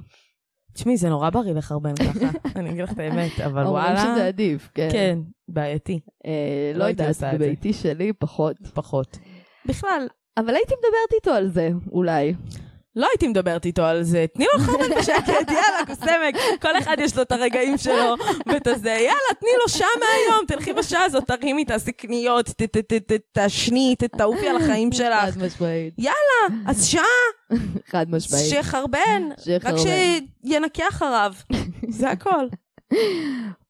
B: תשמעי, זה נורא בריא לחרבן ככה, אני אגיד לך את האמת, אבל
A: אומרים
B: וואלה...
A: שזה עדיף, כן.
B: כן, בעייתי,
A: אה,
B: לא
A: לא
B: הייתי
A: יודעת,
B: עושה את זה.
A: בביתי שלי פחות.
B: פחות. בכלל,
A: אבל הייתי מדברת איתו על זה, אולי.
B: לא הייתי מדברת איתו על זה, תני לו חרבן בשקט, יאללה, קוסמק. כל אחד יש לו את הרגעים שלו ואת הזה, יאללה, תני לו שעה מהיום, תלכי בשעה הזאת, תרימי, תעשי קניות, ת- ת- ת- ת- תעשני, ת- תעופי על החיים שלך.
A: חד משמעית.
B: אז שעה,
A: חד משמעית.
B: שיחרבן, רק
A: שחרבן.
B: שינקה אחריו. זה הכל.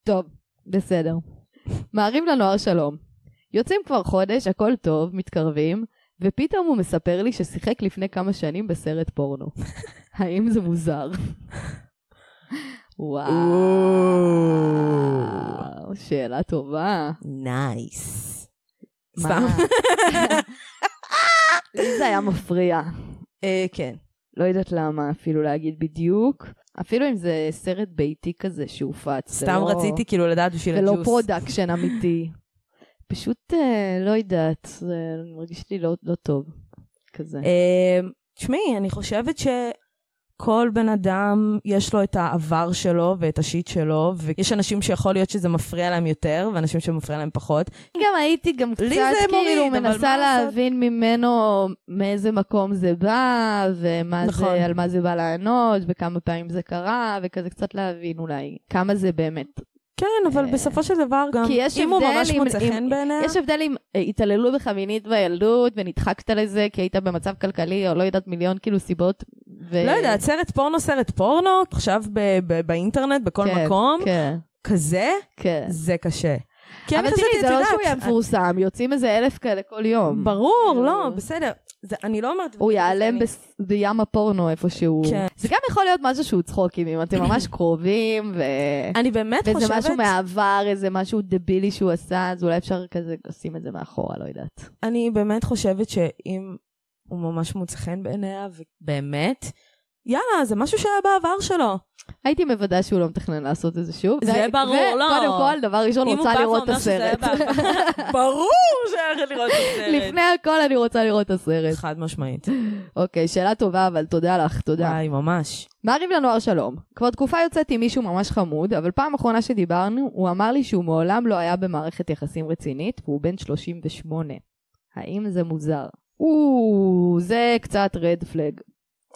A: טוב, בסדר. מערים לנוער שלום. יוצאים כבר חודש, הכל טוב, מתקרבים, ופתאום הוא מספר לי ששיחק לפני כמה שנים בסרט פורנו. האם זה מוזר? וואו, שאלה טובה.
B: נייס. סתם.
A: מה? לי זה היה מפריע.
B: אה, כן.
A: לא יודעת למה אפילו להגיד בדיוק. אפילו אם זה סרט ביתי כזה שהופץ. זה
B: סתם
A: לא-
B: רציתי כאילו לדעת בשביל
A: ולא
B: הג'וס.
A: פרודקשן אמיתי. פשוט אה, לא יודעת, זה מרגיש לי לא, לא טוב. כזה.
B: אמ, תשמעי, אני חושבת שכל בן אדם יש לו את העבר שלו ואת השיט שלו, ויש אנשים שיכול להיות שזה מפריע להם יותר, ואנשים שמפריע להם פחות.
A: גם הייתי גם קצת
B: לי זה מוריד,
A: כאילו
B: אבל
A: מנסה
B: מה לעשות?
A: להבין ממנו מאיזה מקום זה בא, ומה
B: נכון.
A: זה, על מה זה בא לענות, וכמה פעמים זה קרה, וכזה קצת להבין אולי כמה זה באמת.
B: כן, אבל
A: אה,
B: בסופו של דבר גם,
A: כי יש
B: אם הוא
A: הבדל
B: ממש
A: אם-
B: מוצא
A: אם-
B: חן בעיניה,
A: יש הבדל אם אה, התעללו בך מינית בילדות, ונדחקת לזה כי היית במצב כלכלי, או לא יודעת מיליון כאילו סיבות. ו...
B: לא יודעת, סרט פורנו, סרט פורנו, עכשיו ב- ב- באינטרנט, בכל
A: כן,
B: מקום,
A: כן,
B: כזה,
A: כן.
B: זה קשה. כי אני
A: אבל
B: חשבתי,
A: תראי,
B: את
A: זה לא
B: יודעת,
A: שהוא יהיה מפורסם, יוצאים איזה אלף כאלה כל יום.
B: ברור, לא,
A: כאילו-
B: בסדר. זה- אני לא אומרת...
A: הוא ייעלם
B: אני-
A: בס- בים הפורנו איפשהו.
B: כן.
A: זה גם יכול להיות משהו שהוא צחוקים, אם אתם ממש קרובים, ו...
B: אני באמת חושבת...
A: וזה משהו מהעבר, איזה משהו דבילי שהוא עשה, אז אולי אפשר כזה לשים את זה מאחורה, לא יודעת.
B: אני באמת חושבת שאם הוא ממש מוצא חן בעיניה, ובאמת, יאללה, זה משהו שהיה בעבר שלו.
A: הייתי מוודא שהוא לא מתכנן לעשות את זה שוב.
B: זה
A: ו-
B: ברור,
A: ו-
B: לא.
A: קודם כל, דבר ראשון,
B: אם הוא
A: רוצה
B: בא
A: לראות את
B: ואומר שזה היה
A: הסרט.
B: בעבר- ברור שהיה לך לראות את הסרט.
A: לפני הכל אני רוצה לראות את הסרט.
B: חד משמעית.
A: אוקיי, שאלה טובה, אבל תודה לך, תודה.
B: וואי, ממש.
A: מעריב לנוער שלום. כבר תקופה יוצאת עם מישהו ממש חמוד, אבל פעם אחרונה שדיברנו, הוא אמר לי שהוא מעולם לא היה במערכת יחסים רצינית, והוא בן 38. האם זה מוזר? או, זה קצת רד פלג.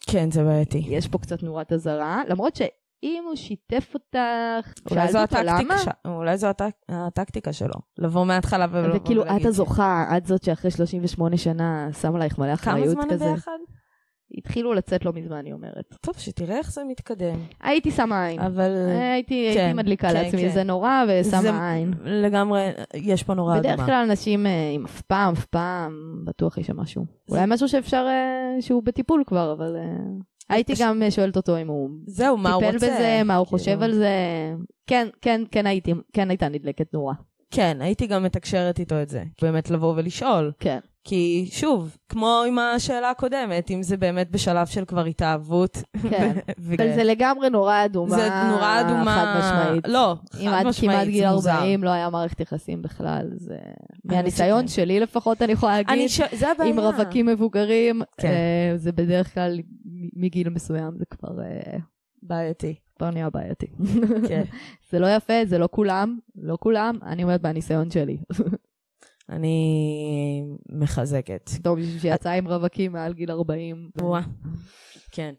B: כן, זה בעייתי.
A: יש פה קצת נורת אזהרה, למרות שאם הוא שיתף אותך,
B: אולי
A: שאלת
B: זו
A: אותו למה?
B: הטקטיקה, ש- אולי זו הטק- הטקטיקה שלו. לבוא מההתחלה ולבוא
A: זה
B: ולהגיד...
A: כאילו, את
B: ש-
A: הזוכה, את זאת שאחרי 38 שנה שמה עלייך מלא
B: כמה
A: אחריות
B: זמן הם
A: כזה.
B: ביחד?
A: התחילו לצאת לא מזמן, היא אומרת.
B: טוב, שתראה איך זה מתקדם.
A: הייתי שמה עין.
B: אבל
A: הייתי הייתי
B: כן,
A: מדליקה
B: כן,
A: לעצמי,
B: כן.
A: כן. אה, זה נורא,
B: זה-
A: ושמה עין.
B: לגמרי, יש פה נורא
A: בדרך
B: אדמה.
A: כלל אנשים אה, עם אף פעם, אף פעם, בטוח יש שם משהו. אולי משהו שאפשר, אה, שהוא בטיפול כבר, אבל... אה, הייתי
B: פשוט-
A: גם אה, שואלת אותו אם הוא
B: זהו, מה הוא
A: טיפל
B: רוצה?
A: בזה, מה הוא
B: כאילו.
A: חושב על זה. כן, כן, כן הייתי, כן הייתה נדלקת נורא.
B: כן, הייתי גם מתקשרת איתו את זה. באמת לבוא ולשאול.
A: כן.
B: כי שוב, כמו עם השאלה הקודמת, אם זה באמת בשלב של כבר התאהבות.
A: כן.
B: ו-
A: אבל זה לגמרי נורא אדומה.
B: זה נורא אדומה.
A: חד משמעית.
B: לא,
A: אם
B: חד
A: עד כמעט
B: משמעית,
A: גיל
B: זה מוזר.
A: 40 לא היה מערכת יחסים בכלל, זה...
B: האמת
A: מהניסיון
B: שכן.
A: שלי לפחות אני יכולה
B: אני
A: להגיד,
B: ש... זה הבעיה.
A: עם רווקים מבוגרים,
B: כן.
A: אה, זה בדרך כלל מ- מגיל מסוים, זה כבר... אה,
B: בעייתי.
A: כבר נהיה בעייתי.
B: כן.
A: זה לא יפה, זה לא כולם, לא כולם, אני אומרת מהניסיון שלי.
B: אני מחזקת.
A: טוב, מישהו שיצא עם רווקים מעל גיל 40,
B: וואה. כן.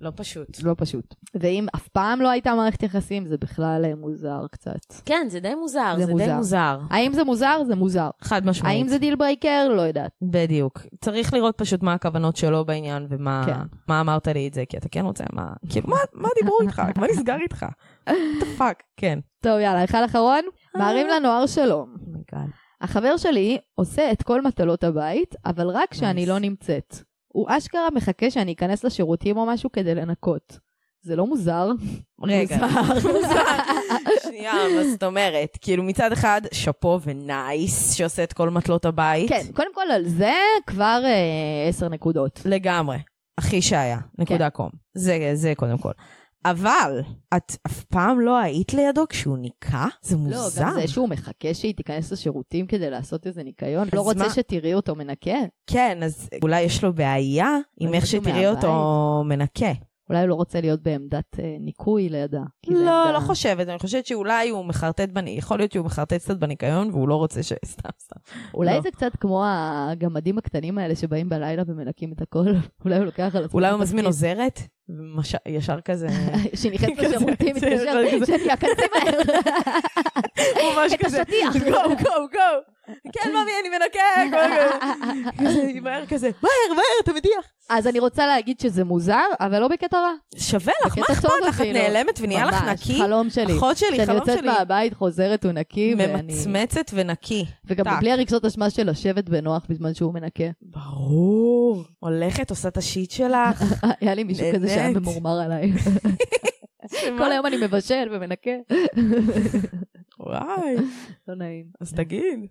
B: לא פשוט.
A: זה לא פשוט. ואם אף פעם לא הייתה מערכת יחסים, זה בכלל אה, מוזר קצת.
B: כן, זה די מוזר.
A: זה
B: זה די
A: מוזר.
B: מוזר.
A: האם זה מוזר? זה מוזר.
B: חד משמעית.
A: האם זה דיל ברייקר? לא יודעת.
B: בדיוק. צריך לראות פשוט מה הכוונות שלו בעניין ומה
A: כן.
B: מה אמרת לי את זה, כי אתה כן רוצה, מה, כאילו, מה, מה דיברו איתך? מה נסגר איתך? What the fuck? כן.
A: טוב, יאללה, אחד אחרון.
B: אה.
A: מערים לנוער שלום.
B: אומייגאד.
A: החבר שלי עושה את כל מטלות הבית, אבל רק כשאני
B: Nice.
A: לא נמצאת. הוא אשכרה מחכה שאני אכנס לשירותים או משהו כדי לנקות. זה לא מוזר?
B: רגע. מוזר. שנייה, מה זאת אומרת? כאילו, מצד אחד, שאפו ונייס שעושה את כל מטלות הבית.
A: כן, קודם כל על זה כבר אה, עשר נקודות.
B: לגמרי. אחי שהיה,
A: כן.
B: נקודה קום. זה, זה קודם כל. אבל, את אף פעם לא היית לידו כשהוא ניקה? זה מוזר.
A: לא, גם זה שהוא מחכה שהיא תיכנס לשירותים כדי לעשות איזה ניקיון,
B: אז
A: לא רוצה
B: מה?
A: שתראי אותו מנקה.
B: כן, אז אולי יש לו בעיה עם
A: אבל
B: איך
A: מישהו
B: שתראי אותו
A: מהבית?
B: מנקה.
A: אולי הוא לא רוצה להיות בעמדת אה, ניקוי לידה. כי זה
B: לא,
A: עמדה-
B: לא חושבת, אני חושבת שאולי הוא מחרטט, בנ... יכול להיות שהוא מחרטט קצת בניקיון והוא לא רוצה ש... סתם, סתם.
A: אולי
B: לא.
A: זה קצת כמו הגמדים הקטנים האלה שבאים בלילה ומנקים את הכל. אולי הוא לוקח על עצמו.
B: אולי
A: את
B: הוא מזמין
A: התפקיד.
B: עוזרת, ומש... ישר כזה,
A: שנכנס
B: כזה,
A: לשירותים,
B: כן, זה,
A: מתקשר,
B: כזה.
A: שאני אכנסי מהר.
B: ממש
A: את
B: כזה,
A: השטיח.
B: גו, גו, גו, כן, ממי, אני מנקה, גו, גו. כזה, מהר כזה, מהר, מהר, אתה מדיח.
A: אז אני רוצה להגיד שזה מוזר, אבל לא בקטע רע.
B: שווה לך, מה
A: בקטע
B: אכפת
A: טוב
B: לך? את
A: אפילו.
B: נעלמת ונהיה לך
A: ממש,
B: נקי?
A: חלום שלי.
B: אחות שלי,
A: כשאני
B: חלום
A: יוצאת
B: שלי.
A: מהבית, חוזרת הוא נקי, ואני...
B: ממצמצת ונקי.
A: וגם
B: טאק.
A: בלי הרגשות אשמה של לשבת בנוח בזמן שהוא מנקה.
B: ברור. הולכת, עושה את השיט שלך.
A: היה לי מישהו כזה שהיה
B: נהנית.
A: ממורמר עליי. כל היום אני מבשל ומנקה.
B: וואי,
A: לא נעים.
B: אז תגיד.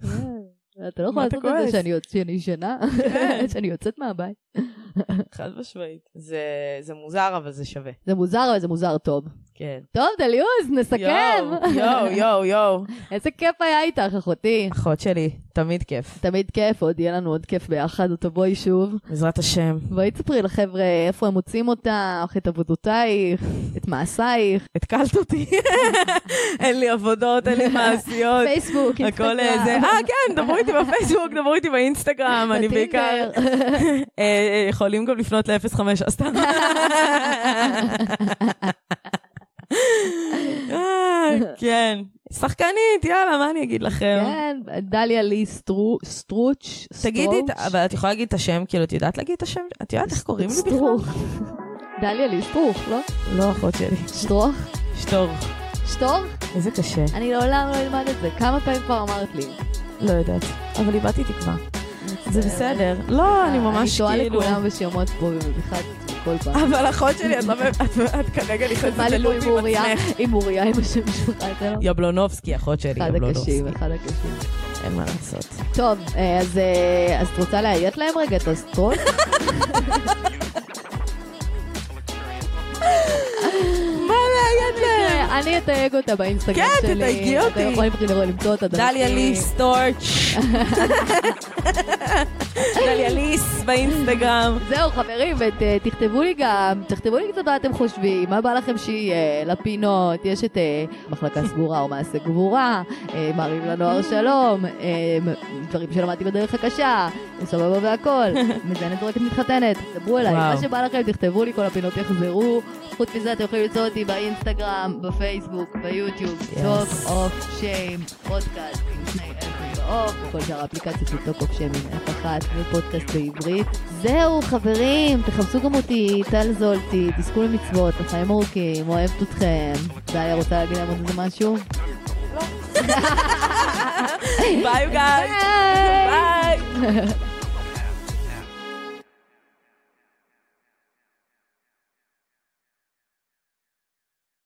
A: אתה לא יכול
B: מה אתה
A: לעשות את זה
B: כועס?
A: שאני יוצ- שאני ישנה,
B: כן.
A: שאני יוצאת מהבית.
B: חד משמעית. זה, זה מוזר, אבל זה שווה.
A: זה מוזר, אבל זה מוזר טוב.
B: כן.
A: טוב, דליוז, נסכם.
B: יואו, יואו, יואו, יואו.
A: איזה כיף היה איתך, אחותי.
B: אחות שלי, תמיד כיף.
A: תמיד כיף, עוד יהיה לנו עוד כיף ביחד, או תבואי שוב.
B: בעזרת השם.
A: בואי תספרי לחבר'ה איפה הם מוצאים אותך, את עבודותייך, את מעשייך,
B: התקלת אותי. אין לי עבודות, אין לי מעשיות.
A: פייסבוק,
B: הכל אה, זה, אה כן, דברו איתי בפייסבוק, דברו איתי באינסטגרם, אני בעיקר... אה, אה, יכולים גם לפנות ל-05, אז סתם. אה, כן. שחקנית, יאללה, מה אני אגיד לכם?
A: כן, דליה לי סטרו- סטרוץ',
B: תגידי,
A: סטרוץ',
B: את- אבל את יכולה להגיד את השם, כאילו, את יודעת להגיד את השם? את יודעת איך קוראים לי בכלל?
A: סטרוך. דליה לי סטרוך, לא?
B: לא אחות שלי.
A: שטרוך?
B: שטור.
A: שטור?
B: איזה קשה.
A: אני לעולם לא אלמד את זה. כמה פעמים כבר אמרת לי? אה,
B: לא יודעת. אבל איבדתי תקווה. זה בסדר. לא, אני ממש
A: אה, אני טועה
B: כאילו...
A: לכולם בשמות פה, ובמיוחד את עצמי כל פעם.
B: אבל אחות שלי, את לא... מב- את- את כרגע נכנסת
A: בא לי פה
B: ללופ
A: עם
B: עם
A: אוריה,
B: עצמך.
A: עם אוריה, עם השם משפחה, אתה לא?
B: יבלונובסקי, אחות שלי,
A: אחד
B: יבלונובסקי.
A: הקשים, אחד הקשים.
B: אין מה לעשות.
A: טוב, אה, אז אה, אז את רוצה לאיית להם רגע את הסטרוץ'?
B: מה לאיית להם?
A: אה, אני אתייג אותה באינסטגרם
B: כן,
A: שלי.
B: תתייגי אותי.
A: אתם יכולים כאילו למצוא אותה דרכי.
B: דליה ליס סטורץ'. דליה ליס באינסטגרם.
A: זהו חברים, ותכתבו לי גם, תכתבו לי קצת מה אתם חושבים, מה בא לכם שיהיה, לפינות, יש את אה, מחלקה סגורה או מעשה גבורה, אה, מערים לנוער שלום, אה, דברים שלמדתי בדרך הקשה, סבבה והכל, מזיינת זורקת מתחתנת, דברו אליי,
B: וואו.
A: מה שבא לכם תכתבו לי, כל הפינות יחזרו, חוץ מזה אתם יכולים למצוא אותי באינסטגרם, בפייסבוק, ביוטיוב,
B: Yes.
A: טוב אוף שיים, פודקאסט. עם שני F ואוף, וכל שאר האפליקציות של טוק אוף שיימינג אף אחת ופודקאסט בעברית. זהו חברים, תחפשו גם אותי, טל זולטי, תזכו למצוות, לחיים ארוכים, אוהבת אתכם. דליה רוצה להגיד להם עוד איזה משהו?
B: ביי גאי.
A: ביי!
B: ביי.